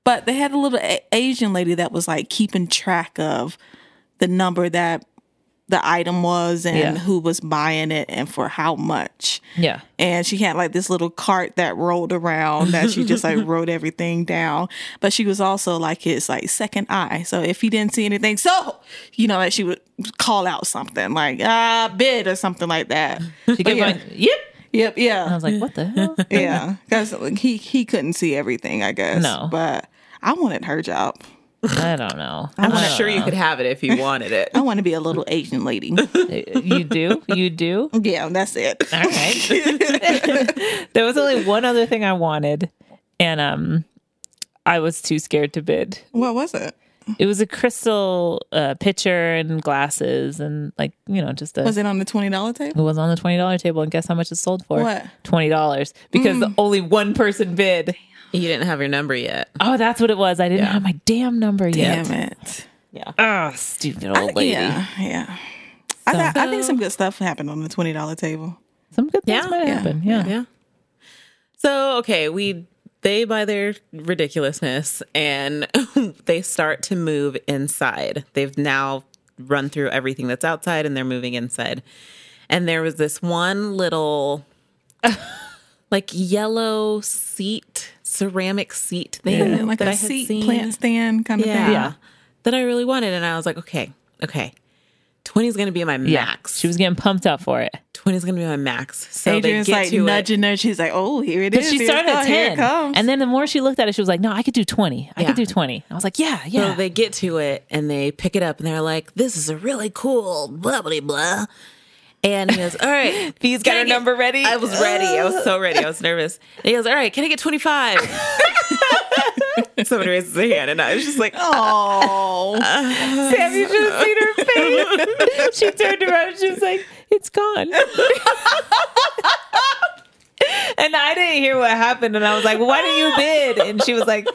B: But they had a little a- Asian lady that was like keeping track of the number that the item was and
C: Yeah.
B: who was buying it and for how much.
C: Yeah,
B: And she had like this little cart that rolled around that she just like wrote everything down. But she was also like his like second eye. So if he didn't see anything, so you know, like she would call out something like ah bid or something like that.
C: she
B: But
C: kept
B: yeah.
C: going. Yep.
B: Yep, yeah.
C: I was like, "What the hell?"
B: Yeah, because like, he he couldn't see everything, I guess.
C: No.
B: but I wanted her job.
C: I don't know.
A: I'm Uh. sure you could have it if you wanted it.
B: I want to be a little Asian lady.
C: Uh, You do. You do.
B: yeah, that's it.
C: All right. there was only one other thing I wanted, and um, I was too scared to bid.
B: What was it?
C: It was a crystal uh, pitcher and glasses and like you know just a.
B: Was it on the twenty dollar table?
C: it was on the twenty dollar table and guess how much it sold for?
B: What? Mm.
C: Twenty dollars because only one person bid.
A: You didn't have your number yet.
C: Oh, that's what it was. I didn't have my damn number yet.
B: Damn it!
C: Oh, stupid old lady.
B: Yeah, yeah. I, th- I think some good stuff happened on the twenty dollar table.
C: Some good things
A: Yeah.
C: might
B: Yeah.
C: happen. Yeah.
A: Yeah. So okay, we they by their ridiculousness and they start to move inside. They've now run through everything that's outside and they're moving inside. And there was this one little like yellow seat, ceramic seat thing
B: Yeah, like
A: that I
B: a
A: had
B: seat
A: seen.
B: plant stand kind of
A: yeah,
B: thing.
A: That I really wanted and I was like, okay, okay. 20 is going to be my
C: Yeah.
A: max.
C: She was getting pumped up for it.
A: 20 is going to be my max. So
B: Adrian's
A: they get
B: like
A: to it.
B: nudging her. She's like, "Oh, here it
C: But
B: is."
C: she
B: here it
C: started at
B: comes, oh, here it
C: 10.
B: comes.
C: And then the more she looked at it, she was like, no, I could do 20. I
A: Yeah.
C: could do 20. I was like, yeah, yeah.
A: So they get to it and they pick it up and they're like, "This is a really cool blah blah blah." And he goes, "All right,
C: Fee's got
A: can I
C: her
A: get-"
C: number ready.
A: I was ready. I was so ready. I was nervous. And he goes, "All right, can I get 25?" Somebody raises their hand, and I was just like,
B: Oh,
C: Sam, you should have seen her face. she turned around and she was like, "It's gone." and I didn't hear what happened, and I was like, "Why didn't you bid?" And she was like,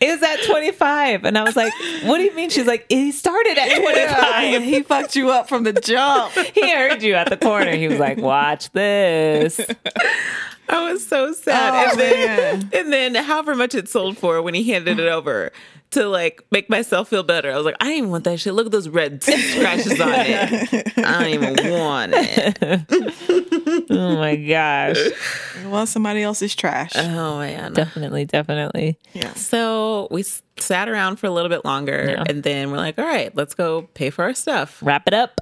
C: "It was at 25." And I was like, "What do you mean?" She's like, "He started at 25."
B: he fucked you up from the jump.
C: He heard you at the corner. He was like, "Watch this."
A: I was so sad.
B: Oh,
A: and then and then however much it sold for when he handed it over to like make myself feel better. I was like, I didn't even want that shit. Look at those red scratches on it. I don't even want it.
C: Oh my gosh!
B: Well, somebody else's trash.
A: Oh man.
C: Definitely, definitely.
A: So we s- sat around for a little bit longer and then we're like, all right, let's go pay for our stuff.
C: Wrap it up.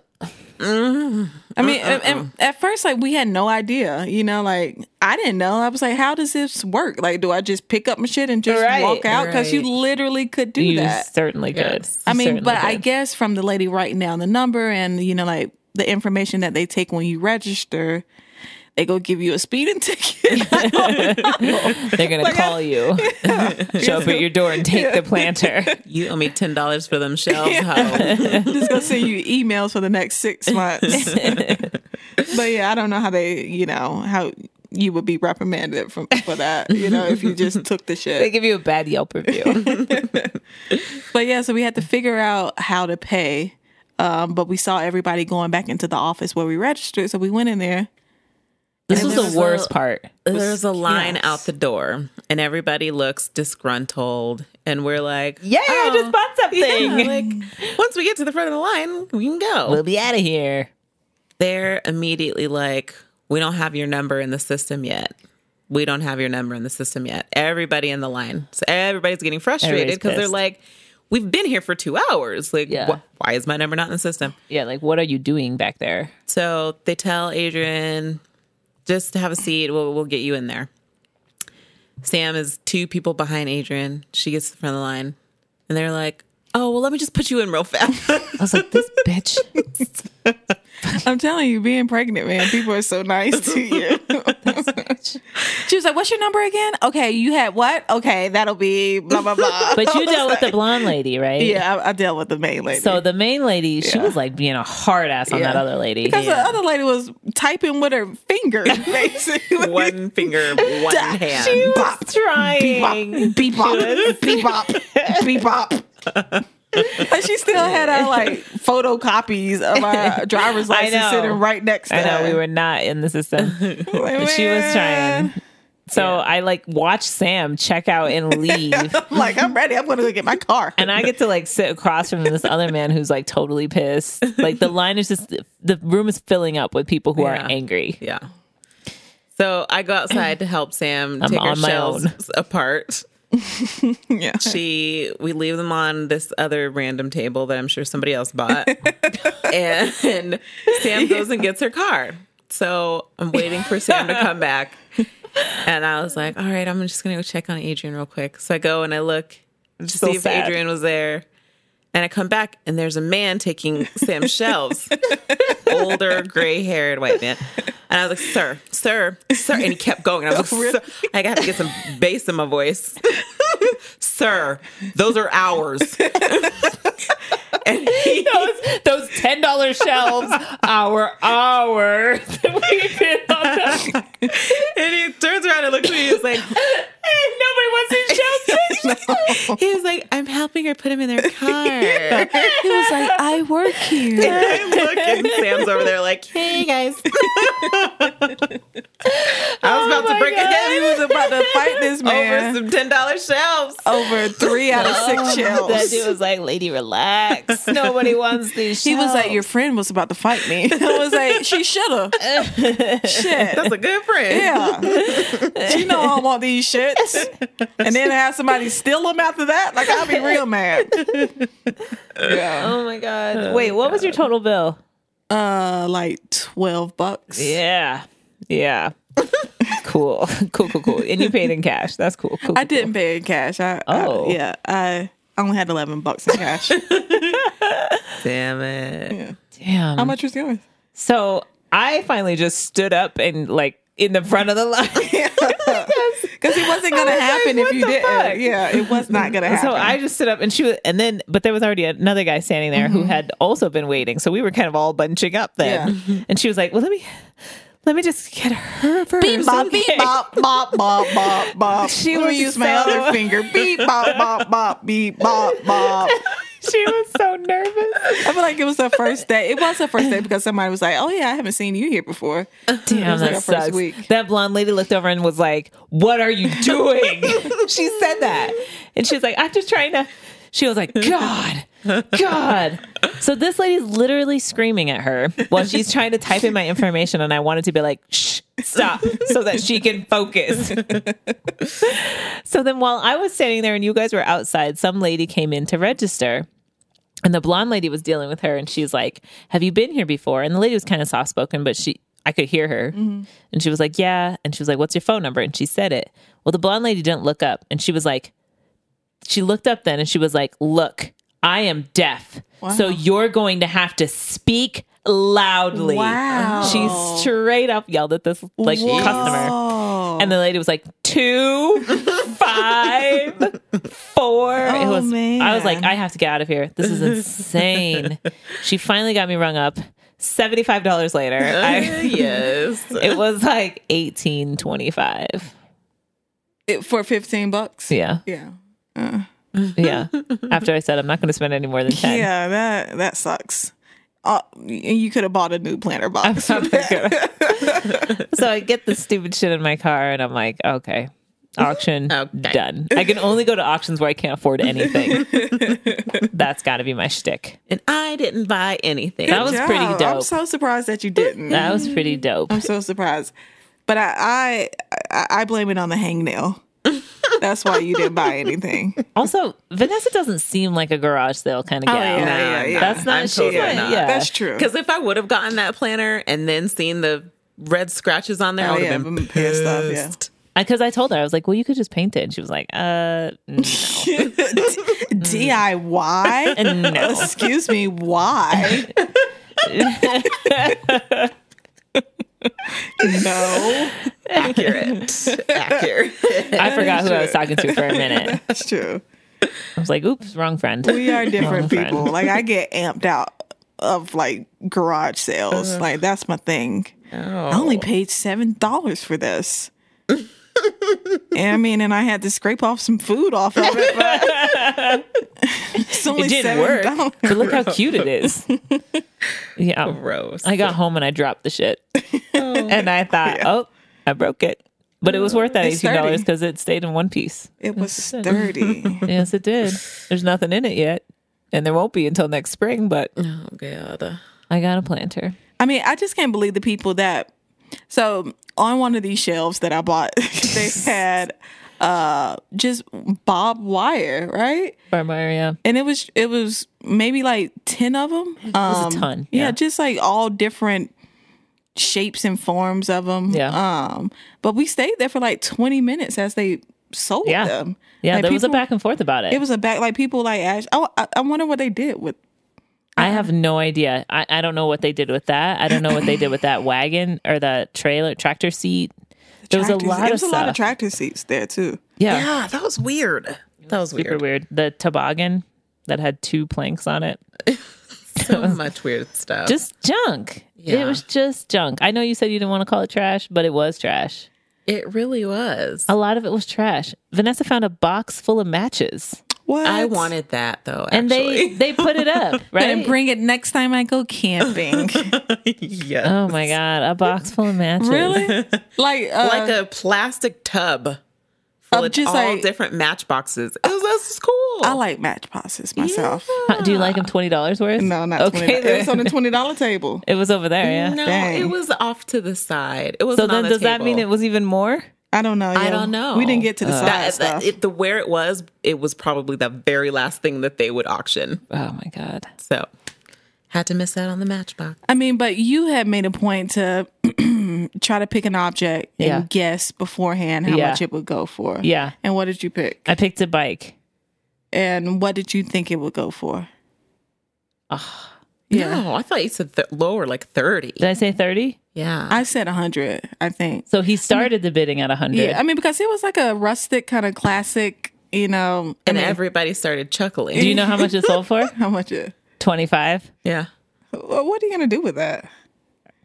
B: I mean,
C: Uh-uh.
B: and- and at first, like we had no idea. You know, like I didn't know. I was like, "How does this work? Like, do I just pick up my shit and just
C: Right,
B: walk out? Because you
A: right.
B: literally could do
C: You
B: that.
C: certainly could.
A: Yes.
B: I
C: You
B: mean,
C: certainly
B: but I
C: could.
B: guess from the lady writing down the number and you know, like the information that they take when you register, they go give you a speeding ticket.
C: they're gonna call you, show up at your door, and take the planter.
A: You owe me ten dollars for them shelves. hoe.
B: I'm just gonna send you emails for the next six months. but yeah, I don't know how they, you know, how you would be reprimanded from for that. You know, if you just took the
C: They
B: shit.
C: give you a bad Yelp review.
B: But yeah, so we had to figure out how to pay. Um, but we saw everybody going back into the office where we registered, so we went in there.
C: This
A: And
C: was
A: there was
C: the worst
A: a-
C: part.
A: There's a line
B: yes.
A: out the door, and everybody looks disgruntled, and we're like, "Oh,
C: Yay, I just bought something.
A: Yeah, like once we get to the front of the line, we can
C: we'll
A: go.
C: be out of here.
A: They're immediately like, "We don't have your number in the system yet. We don't have your number in the system yet." Everybody in the line, so everybody's getting frustrated
C: Everybody's
A: because they're
C: pissed.
A: like, "We've been here for two hours. Like,
C: Yeah.
A: wh- why is my number not in the system?"
C: Yeah, like what are you doing back there?
A: So they tell Adrian, "Just have a seat. We'll we'll get you in there." Sam is two people behind Adrian. She gets to the front of the line, and they're like, "Oh, well, let me just put you in real fast."
C: I was like, this bitch.
B: I'm telling you, being pregnant, man, people are so nice to you. she was like, "What's your number again? Okay, you had what? Okay, that'll be blah blah blah."
C: But you dealt with the blonde lady, right?
B: yeah, I, I dealt with the main lady.
C: So the main lady, she
B: Yeah.
C: was like being a hard ass on
B: Yeah.
C: that other lady.
B: because the other lady was typing with her finger, basically.
A: one finger, one hand.
B: bop,
C: Trying.
B: bop, beep bop, beep bop, beep bop. And she still had our like photocopies of our driver's
C: I
B: license
C: know.
B: sitting right next to
C: I know
B: her.
C: we were not in the system.
B: Like,
C: she was
B: "Man."
C: trying. So I like watched Sam check out and leave.
B: I'm like, I'm ready. I'm gonna go get my car.
C: and I get to like sit across from this other man who's like totally pissed. Like the line is just the room is filling up with people who
A: Yeah.
C: are angry.
A: Yeah. So I go outside to help Sam
C: I'm
A: take our
C: on my
A: shells
C: own.
A: apart.
B: yeah.
A: She we leave them on this other random table that I'm sure somebody else bought. and Sam goes and gets her car. So I'm waiting for Sam to come back. And I was like, all right, I'm just gonna go check on Adrian real quick. So I go and I look to
C: so
A: see if
C: sad.
A: Adrian was there. And I come back and there's a man taking Sam's shelves. Older, gray haired white man. And I was like, sir, sir, sir. And he kept going. And I
C: Oh,
A: was like, sir. I got to get some bass in my voice. sir, those are ours. and he,
C: Those, those ten dollar shelves, our hour that we've been on. the-
A: and he turns around and looks at me. He's like,
C: Nobody wants these shelves.
A: he was like, I'm helping her put him in their car.
B: He was like, I work here.
A: I'm looking. Sam's over there like, hey guys. I was about to break
C: God.
A: it down.
B: he was about to fight this
A: over
B: man over,
A: some ten dollars shelves.
B: three out of six
C: That
B: shells.
C: dude was like, "Lady, relax. Nobody wants these."
B: He was like,
C: shelves."
B: Your friend was about to fight me. I was like, She should have. Shit.
A: That's a good friend.
B: Yeah. You know I don't want these shits. And then have somebody steal them after that. Like, I'll be real mad. Yeah.
A: Oh my god.
C: "Wait, what was your total bill?"
B: Uh, like 12 bucks.
C: Yeah, yeah. cool, cool, cool, cool. And you paid in cash. That's cool. cool,
B: I
C: cool, cool.
B: didn't pay in cash. I, I-
C: Oh.
B: yeah. I only had 11 bucks in cash.
A: Damn it.
C: Damn.
B: How much was yours?
C: So I finally just stood up and like in the front of the line.
B: Because he wasn't gonna happen if you didn't. Yeah, it was not gonna happen.
C: So I just stood up and she was, and then, but there was already another guy standing there
B: Mm-hmm.
C: who had also been waiting. So we were kind of all bunching up then. And she was like, well, let me, let me just get her first.
B: Beep bop, beep
C: okay?"
B: bop, bop, bop, bop, bop.
C: She
B: Let me
C: was
B: use my
C: so-
B: other finger. Beep bop, bop, bop, beep bop, bop.
C: She was so nervous.
B: I feel like it was the first day. It was the first day because somebody was like, "Oh yeah, I haven't seen you here before."
C: Damn,
B: like
C: that
B: our first
C: sucks.
B: week.
C: That blonde lady looked over and was like, "What are you doing?" she said that, and she's like, "I'm just trying to." She was like, "God, God." So this lady's literally screaming at her while she's trying to type in my information, and I wanted to be like, "Shh, stop," so that she can focus. so then, while I was standing there and you guys were outside, some lady came in to register. And the blonde lady was dealing with her, and she's like, "Have you been here before?" And the lady was kind of soft spoken, but she, I could hear her, and she was like, "Yeah," and she was like, "What's your phone number?" And she said it. Well, the blonde lady didn't look up, and she was like, she looked up then, and she was like, "Look, I am deaf, so you're going to have to speak loudly."
B: Wow.
C: She straight up yelled at this like customer.
B: Oh,
C: And the lady was like, two, five, four. it
B: Oh,
C: was, I was like,
B: man.
C: I have to get out of here. This is insane. she finally got me rung up. $75 later, I,
A: yes.
C: it was like 1825.
B: It- for fifteen bucks.
C: Yeah.
B: Yeah,
C: Yeah. After I said, I'm not going to spend any more than 10.
B: yeah. That that sucks. Uh, and you could have bought a new planter box.
C: So I get this stupid shit in my car and I'm like, okay, auction
A: Okay.
C: done. I can only go to auctions where I can't afford anything. That's got to be my shtick.
A: And I didn't buy anything.
C: That was
B: Yeah,
C: pretty dope.
B: I'm so surprised that you didn't.
C: That was pretty dope.
B: I'm so surprised. But I I I- I blame it on the hangnail. That's why you didn't buy anything.
C: Also, Vanessa doesn't seem like a garage sale kind of gal.
A: yeah, yeah.
C: That's not
A: I'm
C: she's
A: totally
C: not-
A: not.
C: Yeah.
B: Oh, That's true.
A: Because if I would have gotten that planner and then seen the red scratches on there, I
B: Oh,
A: would
B: yeah,
A: have been
B: I'm pissed off, yeah.
A: pissed.
C: Because I told her, I was like, well, you could just paint it. And she was like, uh,
B: DIY?
C: Mm. no.
B: Excuse me, why? no,
A: Accurate. Accurate.
C: I forgot who I was talking to for a minute.
B: that's true.
C: I was like, oops, wrong friend.
B: We are different
C: Wrong friend.
B: people. Like I get amped out of like garage sales.
C: Uh-huh.
B: Like that's my thing. I
C: Oh.
B: only paid seven dollars for this. and I mean, and I had to scrape off some food off of it. But it's only
C: It didn't work.
B: $7.
C: But look how cute it is. Yeah.
A: Gross.
C: I got home and I dropped the shit. And I thought, oh, I broke it. But it was worth that
B: It's
C: $18
B: sturdy.
C: because it stayed in one piece.
B: It was sturdy.
C: Yes, it did. There's nothing in it yet. And there won't be until next spring, but
A: oh, God.
C: I got a planter.
B: I mean, I just can't believe the people that. So on one of these shelves that I bought, they had uh just bob wire, right?
C: Farm area.
B: and it was it was maybe like 10 of them um, it
C: was a ton,
B: yeah.
C: Mm-hmm. yeah.
B: just like all different shapes and forms of them
C: Yeah.
B: um but we stayed there for like 20 minutes as they sold
C: Yeah.
B: them
C: Yeah,
B: Like,
C: there was a
B: people-
C: back and forth about it.
B: it was a back like people like asked oh I, I wonder what they did with
C: I have no idea. I, I don't know what they did with that. I don't know what they did with that wagon or the trailer, tractor seat. There was a
B: tractor-
C: lot
B: it
C: of
B: was
C: stuff.
B: a lot of tractor seats there too
C: yeah.
A: Yeah, that was weird. That was
C: super
A: weird.
C: weird. The toboggan that had two planks on it.
A: So much weird stuff.
C: Just junk.
A: Yeah.
C: It was just junk. I know you said you didn't want to call it trash, but it was trash.
A: it really was.
C: A lot of it was trash. Vanessa found a box full of matches.
B: what
A: I wanted that though. Actually.
C: And they they put it up,
B: and
C: right?
B: bring it next time I go camping.
A: yeah,
C: oh my god, a box full of matches.
B: really? Like, uh,
A: like a plastic tub full
B: Of
A: of
B: just,
A: all
B: like-
A: different matchboxes. It was, this is cool.
B: I like match passes myself.
C: Huh, Do you like them twenty dollars worth?
B: No, not
C: okay.
B: $20. It was
C: then.
B: on the $20 table.
C: It was over there, yeah.
A: No,
B: Dang.
A: it was off to the side. It was.
C: So then, does that mean it was even more?
B: I don't know.
A: I
B: yo.
A: don't know.
B: We didn't get to the side
A: that,
B: stuff.
A: that- it- the where it was, it was probably the very last thing that they would auction.
C: Oh my god!
A: So had to miss out on the matchbox.
B: I mean, but you had made a point to try to pick an object and
C: Yeah.
B: guess beforehand how
C: Yeah.
B: much it would go for.
C: Yeah.
B: And what did you pick?
C: I picked a bike.
B: And what did you think it would go for? Yeah.
A: No, I thought you said th- lower, like 30.
C: Did I say 30?
A: yeah.
B: I said 100, I think.
C: So he started the bidding at 100.
B: Yeah, I mean, because it was like a rustic kind of classic, you know. I
A: and
B: mean,
A: everybody started chuckling.
C: Do you know how much it sold for?
B: how much? It,
C: 25?
A: yeah.
B: wh- what are you gonna do with that?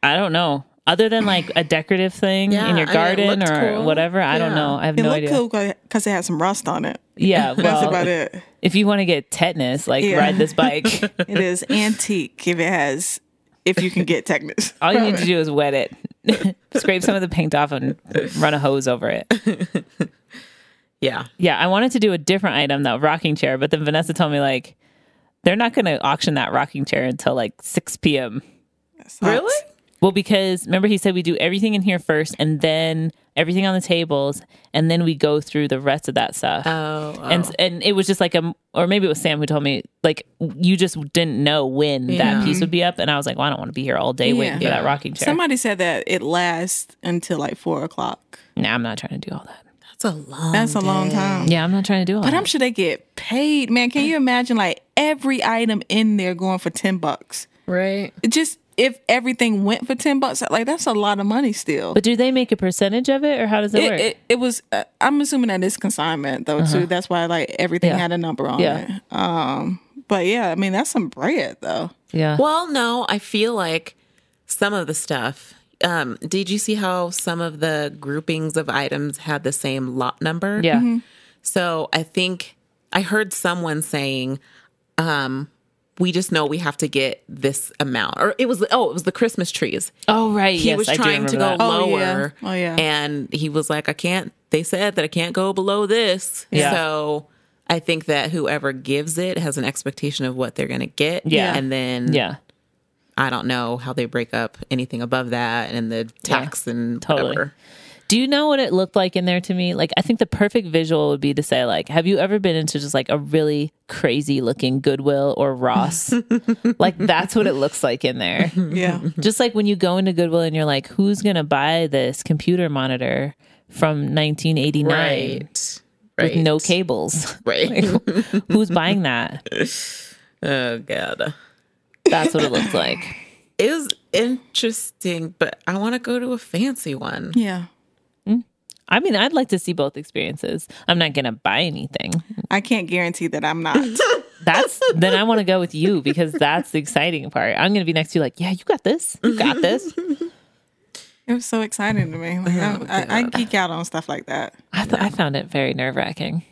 C: I don't know. Other than like a decorative thing
A: Yeah,
C: in your
A: I mean, it
C: garden
A: looked
C: or
A: cool.
C: whatever, I don't
A: Yeah.
C: know. I have
B: It
C: no
B: looked
C: idea.
B: cool because it had some rust on it.
C: Yeah, well,
B: That's about it.
C: if you want to get tetanus, like
B: Yeah.
C: ride this bike,
B: It is antique if it has, if you can get tetanus.
C: all you need to do is wet it, scrape some of the paint off, and run a hose over it.
A: Yeah.
C: Yeah, I wanted to do a different item, that rocking chair, but then Vanessa told me like they're not going to auction that rocking chair until like six p.m.
A: Really?
C: Well, because remember he said we do everything in here first, and then everything on the tables, and then we go through the rest of that stuff.
A: Oh,
B: uh,
C: and and it was just like a or maybe it was Sam who told me like you just didn't know when that
A: Yeah.
C: piece would be up, and I was like, well, I don't want to be here all day waiting for
B: Yeah.
C: that rocking chair.
B: Somebody said that it lasts until like four o'clock.
C: nah, I'm not trying to do all that.
A: that's a long
B: That's a long
A: day.
B: time.
C: Oh, Yeah, I'm not trying to do all
B: But
C: that.
B: I'm sure they get paid, man. Can you imagine like every item in there going for ten bucks?
A: Right.
B: It just if everything went for ten bucks, like that's a lot of money still.
C: but do they make a percentage of it, or how does it,
B: it,
C: work?
B: it, it was uh, I'm assuming that it's consignment though too. That's why like everything
C: Uh-huh. Yeah.
B: had a number on
C: Yeah.
B: it. Um, but yeah, I mean that's some bread though.
C: yeah.
A: Well, no, I feel like some of the stuff. Um, did you see how some of the groupings of items had the same lot number?
C: yeah.
B: mm-hmm.
A: So I think I heard someone saying, um, we just know we have to get this amount. Or it was oh, it was the Christmas trees.
C: Oh right.
A: He
C: yes,
A: was
C: I do
A: trying to go
C: remember that.
B: Oh, yeah.
A: lower.
B: Oh, yeah.
A: And he was like, I can't they said that I can't go below this.
C: Yeah.
A: So I think that whoever gives it has an expectation of what they're gonna get.
C: Yeah.
A: And then
C: Oh. Yeah.
A: I don't know how they break up anything above that and the tax and
C: totally.
A: whatever.
C: Do you know what it looked like in there to me? Like, I think the perfect visual would be to say, like, have you ever been into just like a really crazy looking Goodwill or Ross? like, that's what it looks like in there.
B: Yeah,
C: Just like when you go into Goodwill and you're like, who's going to buy this computer monitor from 1989
A: Right.
C: with no cables?
A: Right.
C: who's buying that?
A: oh god.
C: That's what it looks like.
A: It was interesting, but I want to go to a fancy one.
B: yeah.
C: I mean, I'd like to see both experiences. I'm not going to buy anything.
B: I can't guarantee that I'm not.
C: That's then I want to go with you because that's the exciting part. I'm going to be next to you, like, yeah, you got this, you got this.
B: it was so exciting to me. Like,
C: Oh,
B: I'm- I, I geek out on stuff like that.
C: I, th- I found it very nerve wracking.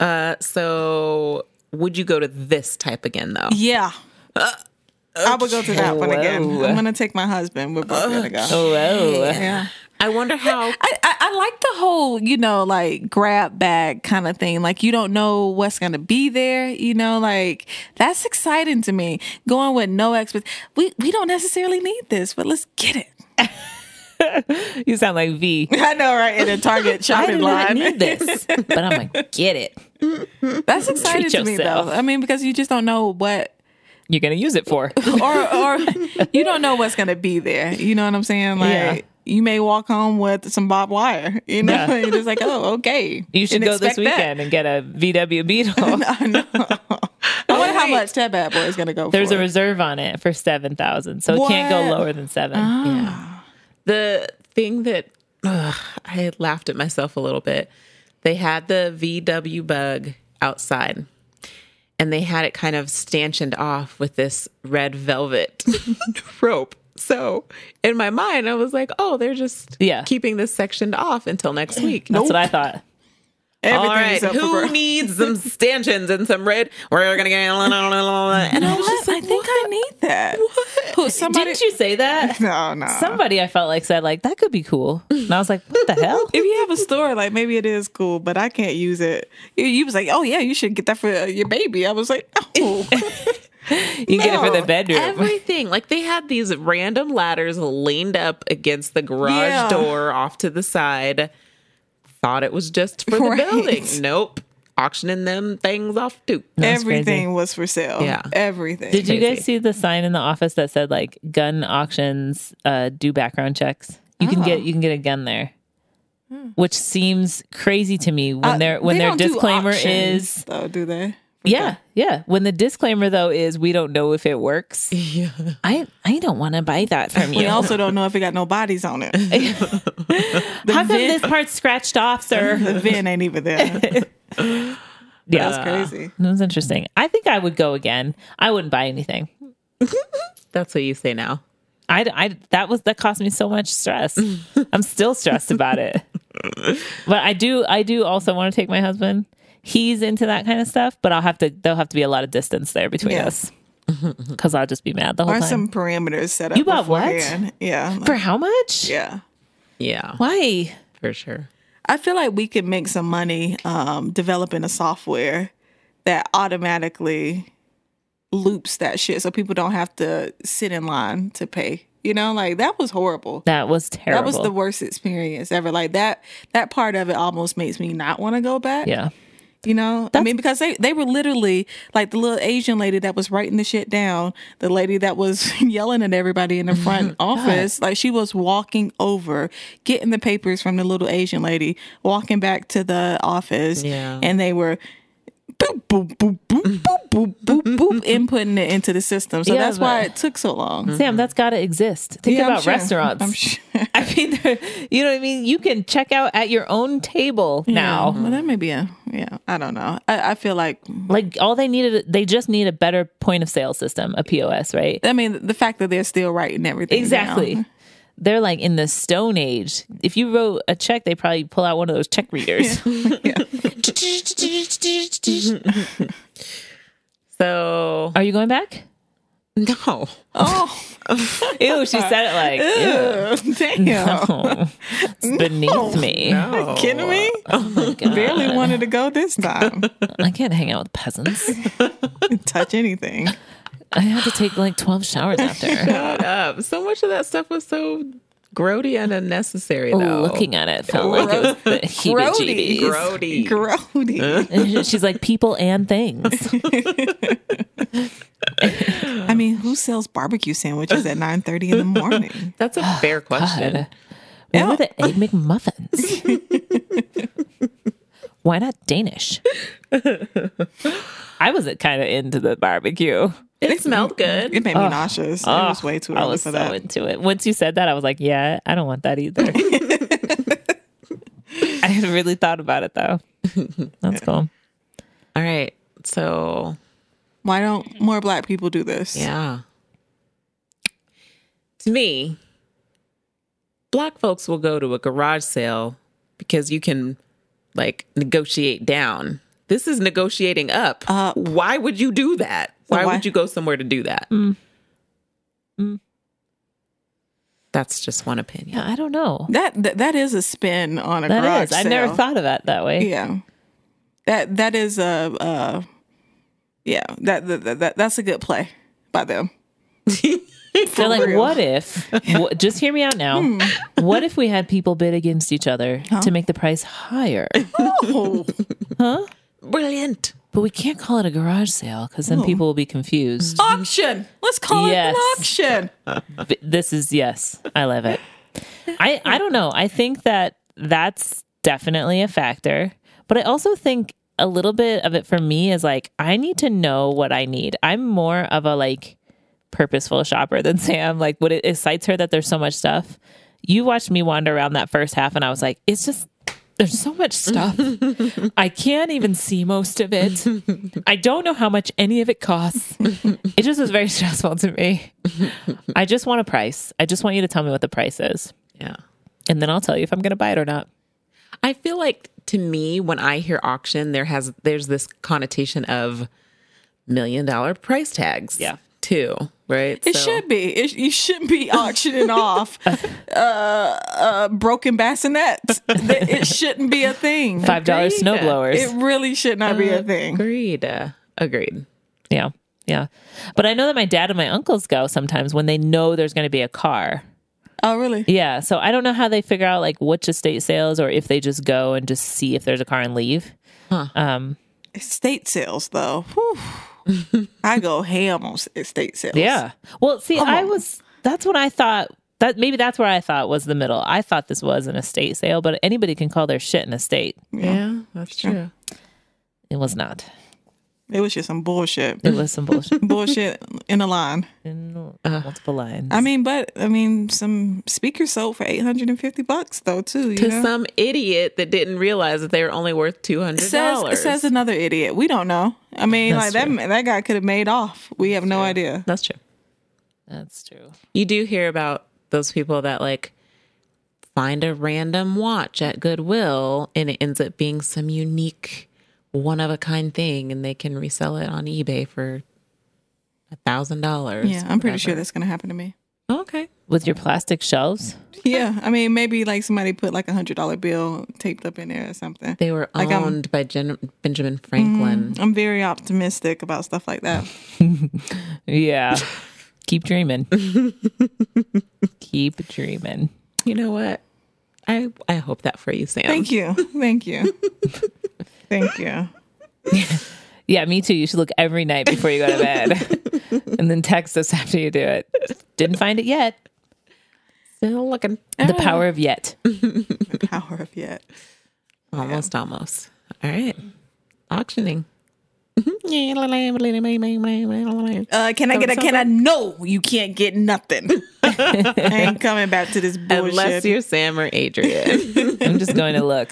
A: Uh, so would you go to this type again though?
B: Yeah. I would go to that one again.
C: Uh, Whoa. Oh,
B: I'm gonna take my husband. We're both gonna go.
C: Whoa,
B: Yeah.
A: I wonder how
B: I, I, I like the whole, you know, like grab bag kind of thing. Like you don't know what's gonna be there, you know, like that's exciting to me. Going with no expert we we don't necessarily need this, but let's get it.
C: you sound like V.
B: I know, right? In a Target
C: I do
B: shopping
C: not
B: line.
C: need this, but I'm like, get it.
B: That's exciting
C: Treat
B: to me
C: yourself.
B: though. I mean, because you just don't know what
C: You're gonna use it for.
B: or or you don't know what's gonna be there. You know what I'm saying? Like
C: Yeah.
B: you may walk home with some barbed wire. You know,
C: Yeah.
B: you're just like, oh, okay.
C: You should
B: Didn't
C: go this
B: expect that.
C: weekend and get a VW Beetle.
B: I know. I wonder how much that bad boy is gonna go
C: There's
B: for.
C: a reserve on it for seven thousand, so it can't go
B: What?
C: lower than seven.
A: the thing that ugh, I laughed at myself a little bit. They had the VW bug outside and they had it kind of stanchioned off with this red velvet rope. So in my mind, I was like, oh, they're just
C: Yeah.
A: keeping this sectioned off until next week.
C: That's what I thought.
A: All
B: Everything's
A: right,
B: up for
A: who
B: grabs.
A: needs some stanchions and some red? We're gonna get la, la, la, la, la. and I was
B: What?
A: just like,
B: I think I need that. Who, somebody?
C: Didn't you say that?
B: No, no.
C: Somebody I felt like said like that could be cool, and I was like, what the hell?
B: if you have a store, like maybe it is cool, but I can't use it. You, you was like, oh yeah, you should get that for uh, your baby. I was like, oh,
C: You can get it for the
B: No,
C: bedroom.
A: everything. Like they had these random ladders leaned up against the garage
B: Yeah.
A: door off to the side. Thought it was just for the
B: Right.
A: building. Nope, auctioning them things off too.
C: That's crazy.
B: everything was for sale.
A: Yeah.
B: everything.
C: Did you
A: Crazy.
C: guys see the sign in the office that said like gun auctions uh, do background checks? You can
B: Oh.
C: get you can get a gun there, which seems crazy to me when
B: Uh,
C: their when
B: they
C: their
B: don't do
C: disclaimer
B: auctions,
C: is
B: though, do they?
C: Yeah, yeah. When the disclaimer though is we don't know if it works.
A: Yeah.
C: I I don't want to buy that from
B: We
C: you.
B: also don't know if it got no bodies on it.
C: How come this part's scratched off, sir?
B: The VIN ain't even there.
C: yeah,
B: That's crazy.
C: that was interesting. I think I would go again. I wouldn't buy anything.
A: That's what you say now.
C: I, I that was that caused me so much stress. I'm still stressed about it. But I do I do also want to take my husband. He's into that kind of stuff, but I'll have to there'll have to be a lot of distance there between
B: Yeah.
C: us. Cuz I'll just be mad the whole
B: Or
C: time.
B: some parameters set up.
C: You bought what?
B: beforehand. Yeah. like-
C: For how much?
B: yeah.
A: Yeah,
C: Why?
A: for sure.
B: I feel like we could make some money um, developing a software that automatically loops that shit so people don't have to sit in line to pay. You know, like that was horrible.
C: That was
B: That
C: terrible.
B: was the worst experience ever. Like that that part of it almost makes me not want to go back.
C: yeah.
B: You know? I mean, because they, they were literally like the little Asian lady that was writing the shit down, the lady that was yelling at everybody in the front office, like she was walking over, getting the papers from the little Asian lady, walking back to the office.
A: Yeah.
B: And they were boop, boop, boop, boop, boop, boop, boop, boop, inputting it into the system. So
C: Yeah,
B: that's why
C: but-
B: it took so long.
C: Sam, that's got to exist. Think
B: Yeah, I'm
C: about
B: sure.
C: restaurants.
B: I'm sure.
C: I mean, there- you know what I mean? You can check out at your own table now.
B: Well, that may be a, yeah, I don't know. I, I feel like
C: Like all they needed, they just need a better point of sale system, a POS, right?
B: I mean, the fact that they're still writing everything. down.
C: Exactly. They're like in the stone age. If you wrote a check, they probably pull out one of those check readers.
A: So
C: Are you going back?
A: no,
B: Oh,
C: Ew, she said it like, ew.
B: damn.
C: It's beneath me.
A: no.
B: Kidding me?
C: Oh my God.
B: Barely wanted to go this time.
C: I can't hang out with peasants.
B: Touch anything.
C: I had to take like 12 showers after.
A: Shut up. So much of that stuff was so grody and
B: Oh,
A: unnecessary, though.
C: Looking at it felt like it was the heebie-jeebies.
A: grody.
B: Grody.
C: And she's like people and things.
B: I mean, who sells barbecue sandwiches at nine thirty in the morning?
A: That's a fair question.
C: God. Remember the egg McMuffins? Why not Danish? I was kind of into the barbecue.
A: It smelled good.
B: It made me nauseous. it was way too
C: Ah. I
B: early
C: was
B: for
C: so
B: that.
C: into it. Once you said that, I was like, yeah, I don't want that either. I hadn't really thought about it though. That's cool.
A: All right. So
B: Why don't more black people do this?
A: yeah. To me, black folks will go to a garage sale because you can like negotiate down. This is negotiating up.
B: Up.
A: why would you do that? Why,
B: why- Mm.
A: would you go somewhere to do that? That's just one opinion.
C: Yeah, I don't know.
B: That, that that is a spin on a
C: That
B: garage
C: is. I never
B: sale.
C: thought of that that way.
B: Yeah. That that is a uh yeah, that that, that that's a good play by them.
C: They're like,
B: real.
C: what if? wh- just hear me out now. What if we had people bid against each other to make the price higher?
B: Oh,
A: Brilliant.
C: But we can't call it a garage sale because then people will be confused.
B: auction. Let's call
C: Yes.
B: it an auction.
C: B- This is yes, I love it. I I don't know. I think that that's definitely a factor, but I also think a little bit of it for me is like I need to know what I need. I'm more of a like purposeful shopper than Sam. Like, what it excites her that there's so much stuff. You watched me wander around that first half, and I was like, it's just there's so much stuff. I can't even see most of it. I don't know how much any of it costs. It just was very stressful to me. I just want a price. I just want you to tell me what the price is,
A: Yeah.
C: and then I'll tell you if I'm going to buy it or not.
A: I feel like to me when I hear auction there has there's this connotation of million dollar price tags.
C: Yeah.
A: Too, right?
B: It
A: So-
B: should be. It, you shouldn't be auctioning off uh, uh, broken bassinets. That- it shouldn't be a thing.
C: Five dollars
A: Agreed.
C: snowblowers.
B: It really should not be a thing.
A: Agreed. Uh, agreed.
C: Yeah. Yeah. But I know that my dad and my uncles go sometimes when they know there's going to be a car.
B: Oh, really?
C: Yeah. So I don't know how they figure out like which estate sales or if they just go and just see if there's a car and leave. Um,
B: Estate sales, though. Whew. I go ham on estate sales.
C: yeah. Well, see, I
B: on.
C: was, that's what I thought. That maybe that's where I thought was the middle. I thought this was an estate sale, but anybody can call their shit an estate.
A: Yeah, that's true.
C: It was not.
B: It was just some bullshit.
C: It was some bullshit
B: bullshit in a line.
C: in multiple lines.
B: I mean, but I mean, some speakers sold for eight hundred and fifty bucks though too. You
A: to
B: know?
A: some idiot that didn't realize that they were only worth two hundred
B: says
A: dollars.
B: says another idiot. We don't know. I mean,
C: That's
B: like
C: true.
B: that that guy could have made off. We have no idea.
A: That's true.
C: that's true.
A: You do hear about those people that like find a random watch at Goodwill and it ends up being some unique, one of a kind thing, and they can resell it on eBay for a thousand dollars.
B: Yeah, I'm pretty sure that's gonna happen to me.
A: Okay.
C: With your plastic shelves,
B: Yeah, I mean, maybe like somebody put like a hundred dollar bill taped up in there or something.
A: They were
B: Like, I'm-
A: owned by Jen- Benjamin Franklin.
B: I'm very optimistic about stuff like that.
C: yeah. Keep dreaming. Keep dreaming.
B: Mm,
A: You know what? I I hope that for you, Sam.
B: Thank you, thank you, thank you.
C: Yeah, me too. You should look every night before you go to bed, and then text us after you do it. Didn't find it yet.
A: Still looking
B: Oh.
C: The power of yet.
B: The power of yet.
A: almost, almost. All right, auctioning. That's
B: Uh, can I get a? Can I? No, you can't get nothing. I ain't coming back to this bullshit.
A: Unless you're Sam or Adrian.
C: I'm just going to look.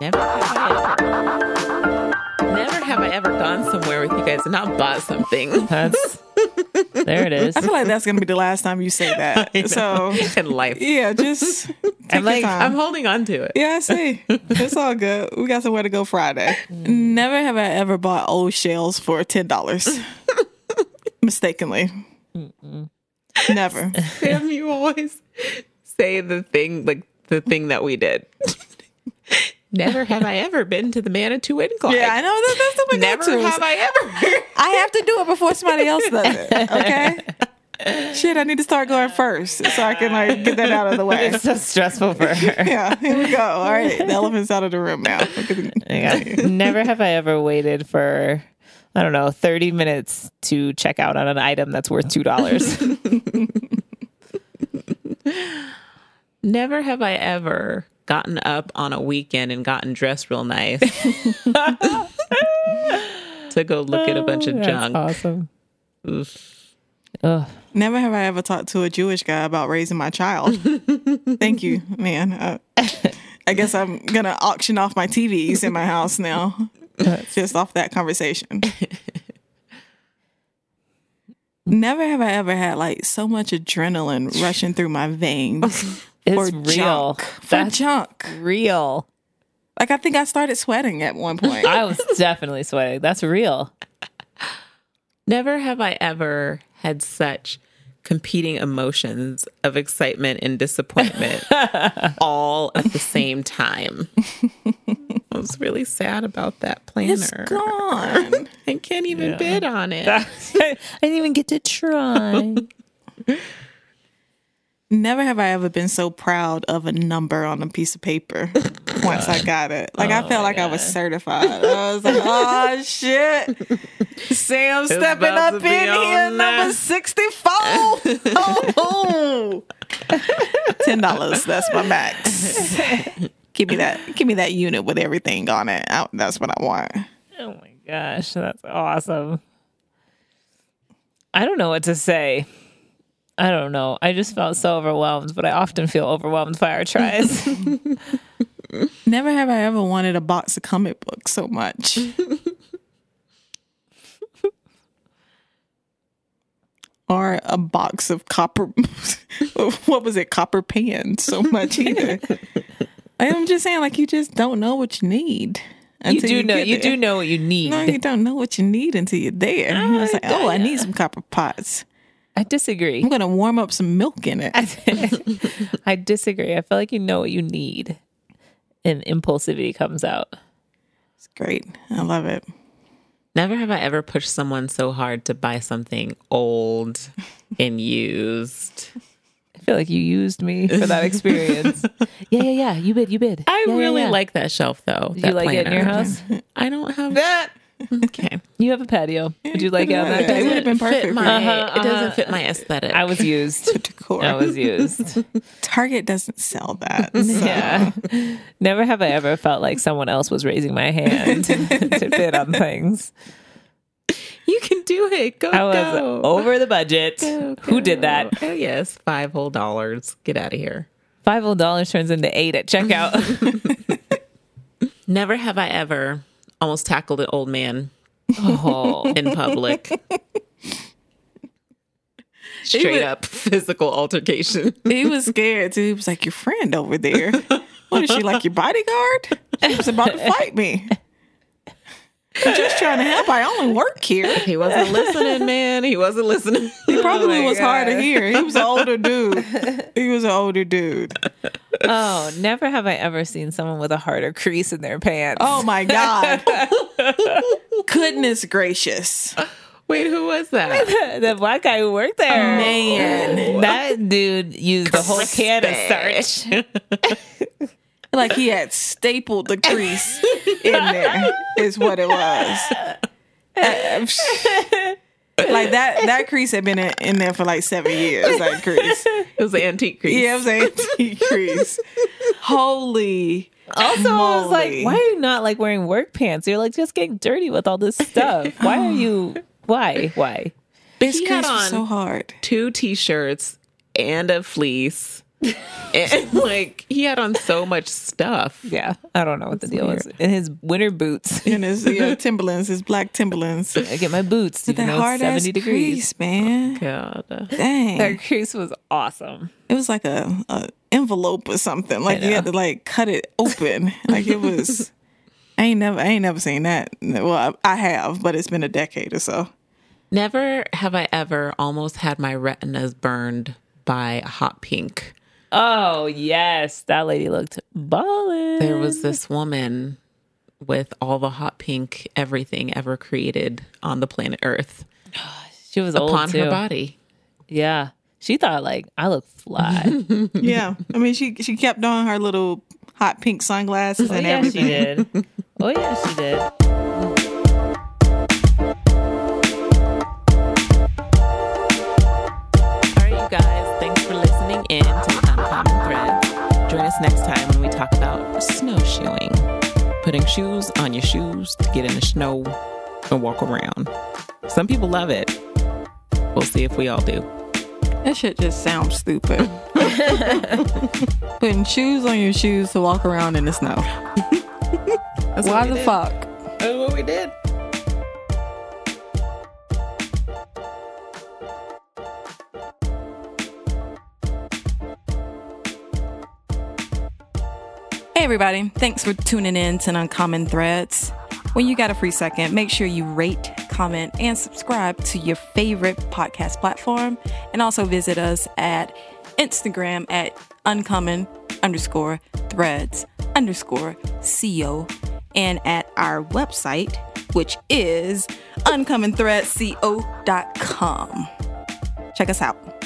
A: Never have, I ever, never have I ever gone somewhere with you guys and not bought something.
C: That's there. It is.
B: I feel like that's gonna be the last time you say that. So
A: in life,
B: yeah, just take your
A: like
B: time.
A: I'm holding on to it.
B: yeah, I see. It's all good. We got somewhere to go Friday. Never have I ever bought old shells for ten dollars mistakenly. Never.
A: Sam, you always say the thing like the thing that we did. Never have I ever been to the Manitou Incline.
B: Yeah, I know that, that's the one.
A: Never have I ever.
B: I have to do it before somebody else does it. Okay. Shit, I need to start going first so I can like get that out of the way.
C: It's so stressful for her.
B: Yeah, here we go. All right, the elephant's out of the room now.
C: Yeah. Never have I ever waited for I don't know, 30 minutes to check out on an item that's worth $2.
A: Never have I ever gotten up on a weekend and gotten dressed real nice to go look at a bunch of
C: That's
A: junk.
C: Awesome. Ugh.
B: Never have I ever talked to a Jewish guy about raising my child. Thank you, man. Uh, I guess I'm gonna auction off my TVs in my house now, just off that conversation. Never have I ever had like so much adrenaline rushing through my veins
C: It's
B: for
C: real.
B: junk. For
C: That's
B: junk.
C: real.
B: Like I think I started sweating at one point.
C: I was definitely sweating. That's real.
A: Never have I ever had such competing emotions of excitement and disappointment all at the same time. I was really sad about that
B: It's
A: planner.
B: gone.
A: I can't even bid on it.
C: I didn't even get to try.
B: Never have I ever been so proud of a number on a piece of paper once I got it. Like
A: Oh
B: I felt like I was certified. I was like, oh shit. Sam stepping
A: about
B: up
A: to
B: in
A: be on
B: here,
A: now.
B: number 64. Oh, Ten dollars. That's my max. give me that give me that unit with everything on it. I, that's what I want.
C: Oh my gosh, that's awesome. I don't know what to say. I don't know. I just felt so overwhelmed, but I often feel overwhelmed by our tries.
B: Never have I ever wanted a box of comic books so much. or a box of copper what was it, copper pans so much either. I'm just saying, like you just don't know what you need.
C: you
B: until
C: do know
B: get
C: you
B: there.
C: do know what you need.
B: No, you don't know what you need until you're there. I was like, oh, I need some copper pots.
C: I
B: I'm
C: disagree.
B: gonna warm up some milk in it.
C: I disagree. I feel like you know what you need and impulsivity comes out.
B: It's great. I love it.
A: Never have I ever pushed someone so hard to buy something old and used.
C: I feel like you used me for that experience. yeah, yeah, yeah. You bid, you bid.
A: I
C: Yeah, yeah,
A: really
C: yeah.
A: like that shelf though.
C: You
A: that
C: like it in your
A: planner.
C: house?
A: I don't have that. Okay.
C: You have a patio. Would you like it on that
B: It
C: day?
B: would have been perfect.
A: Fit
B: for
A: my,
B: it.
C: Uh-huh,
A: It doesn't
C: uh-huh.
A: fit my aesthetic.
C: I was used.
B: decor.
C: I was used.
B: Target doesn't sell that. so-
C: Yeah. Never have I ever felt like someone else was raising my hand to fit on things.
A: you can do it. Go,
C: I was
A: go.
C: over the budget.
A: Go,
C: Who did
A: go.
C: that?
A: Oh, yes. Five whole dollars. Get out of here.
C: Five whole dollars turns into eight at checkout.
A: Never have I ever almost tackled an old man
C: oh,
A: in public. Straight up physical altercation.
B: He was scared too. He was like, Your friend over there. What is she like, your bodyguard? She was about to fight me. I'm just trying to help. I only work here.
A: He wasn't listening, man. He wasn't listening.
B: He probably
C: my
B: was hard to
C: God.
B: hear. He was an older dude. He was an older dude.
C: oh, never have I ever seen someone with a harder crease in their pants.
B: Oh my God. Goodness gracious.
A: Wait, who was that?
C: the black guy who worked there.
B: Man.
C: That dude used the whole can of starch.
B: Like he had stapled the crease in there, is what it was. Uh, Like that that crease had been in, in there for like seven years, that crease.
A: It was an antique crease.
B: Yeah, it was an antique crease. Holy
C: Also, I was like,
B: moly.
C: why are you not like wearing work pants? You're like just getting dirty with all this stuff. Why are you? Why? Why?
B: This
A: He
B: crease
A: had
B: was
A: on-
B: so hard.
A: two t-shirts and a fleece and like he had on so much stuff
C: Yeah, I don't know what the deal is. In his winter boots,
B: And his yeah, Timberlands, his black Timberlands.
C: I get my boots.
B: That
C: Even though it's
B: hard ass
C: seventy
B: crease,
C: degrees.
B: man.
A: god
B: Dang.
C: That crease was awesome.
B: it was like a, a envelope or something. Like
C: know.
B: you had to like cut it open. like it was. I ain't never, I ain't never seen that. Well, I, I have, but it's been a decade or so.
A: never have i ever almost had my retinas burned by a hot pink
C: Oh yes, that lady looked ballin'.
A: there was this woman with all the hot pink everything ever created on the planet earth
C: she was old
A: upon
C: too.
A: her body
C: Yeah, she thought like I look fly.
B: Yeah, I mean, she she kept on her little hot pink sunglasses
C: oh
B: and
C: yeah, she
B: everything.
C: did. Oh yeah, she did.
A: All right, you guys, thanks for listening in to Uncommon Threads. Join us next time when we talk about snowshoeing, putting shoes on your shoes to get in the snow and walk around. Some people love it. We'll see if we all do.
B: That shit just sounds stupid. Putting shoes on your shoes to walk around in the snow.
A: That's
B: Why
A: what we
B: the
A: did.
B: fuck?
A: That's what we did.
B: Hey, everybody. Thanks for tuning in to Uncommon Threads. When you got a free second, make sure you rate, comment, and subscribe to your favorite podcast platform. And also visit us at Instagram at uncommon underscore threads underscore co and at our website, which is uncommonthreadsco.com. Check us out.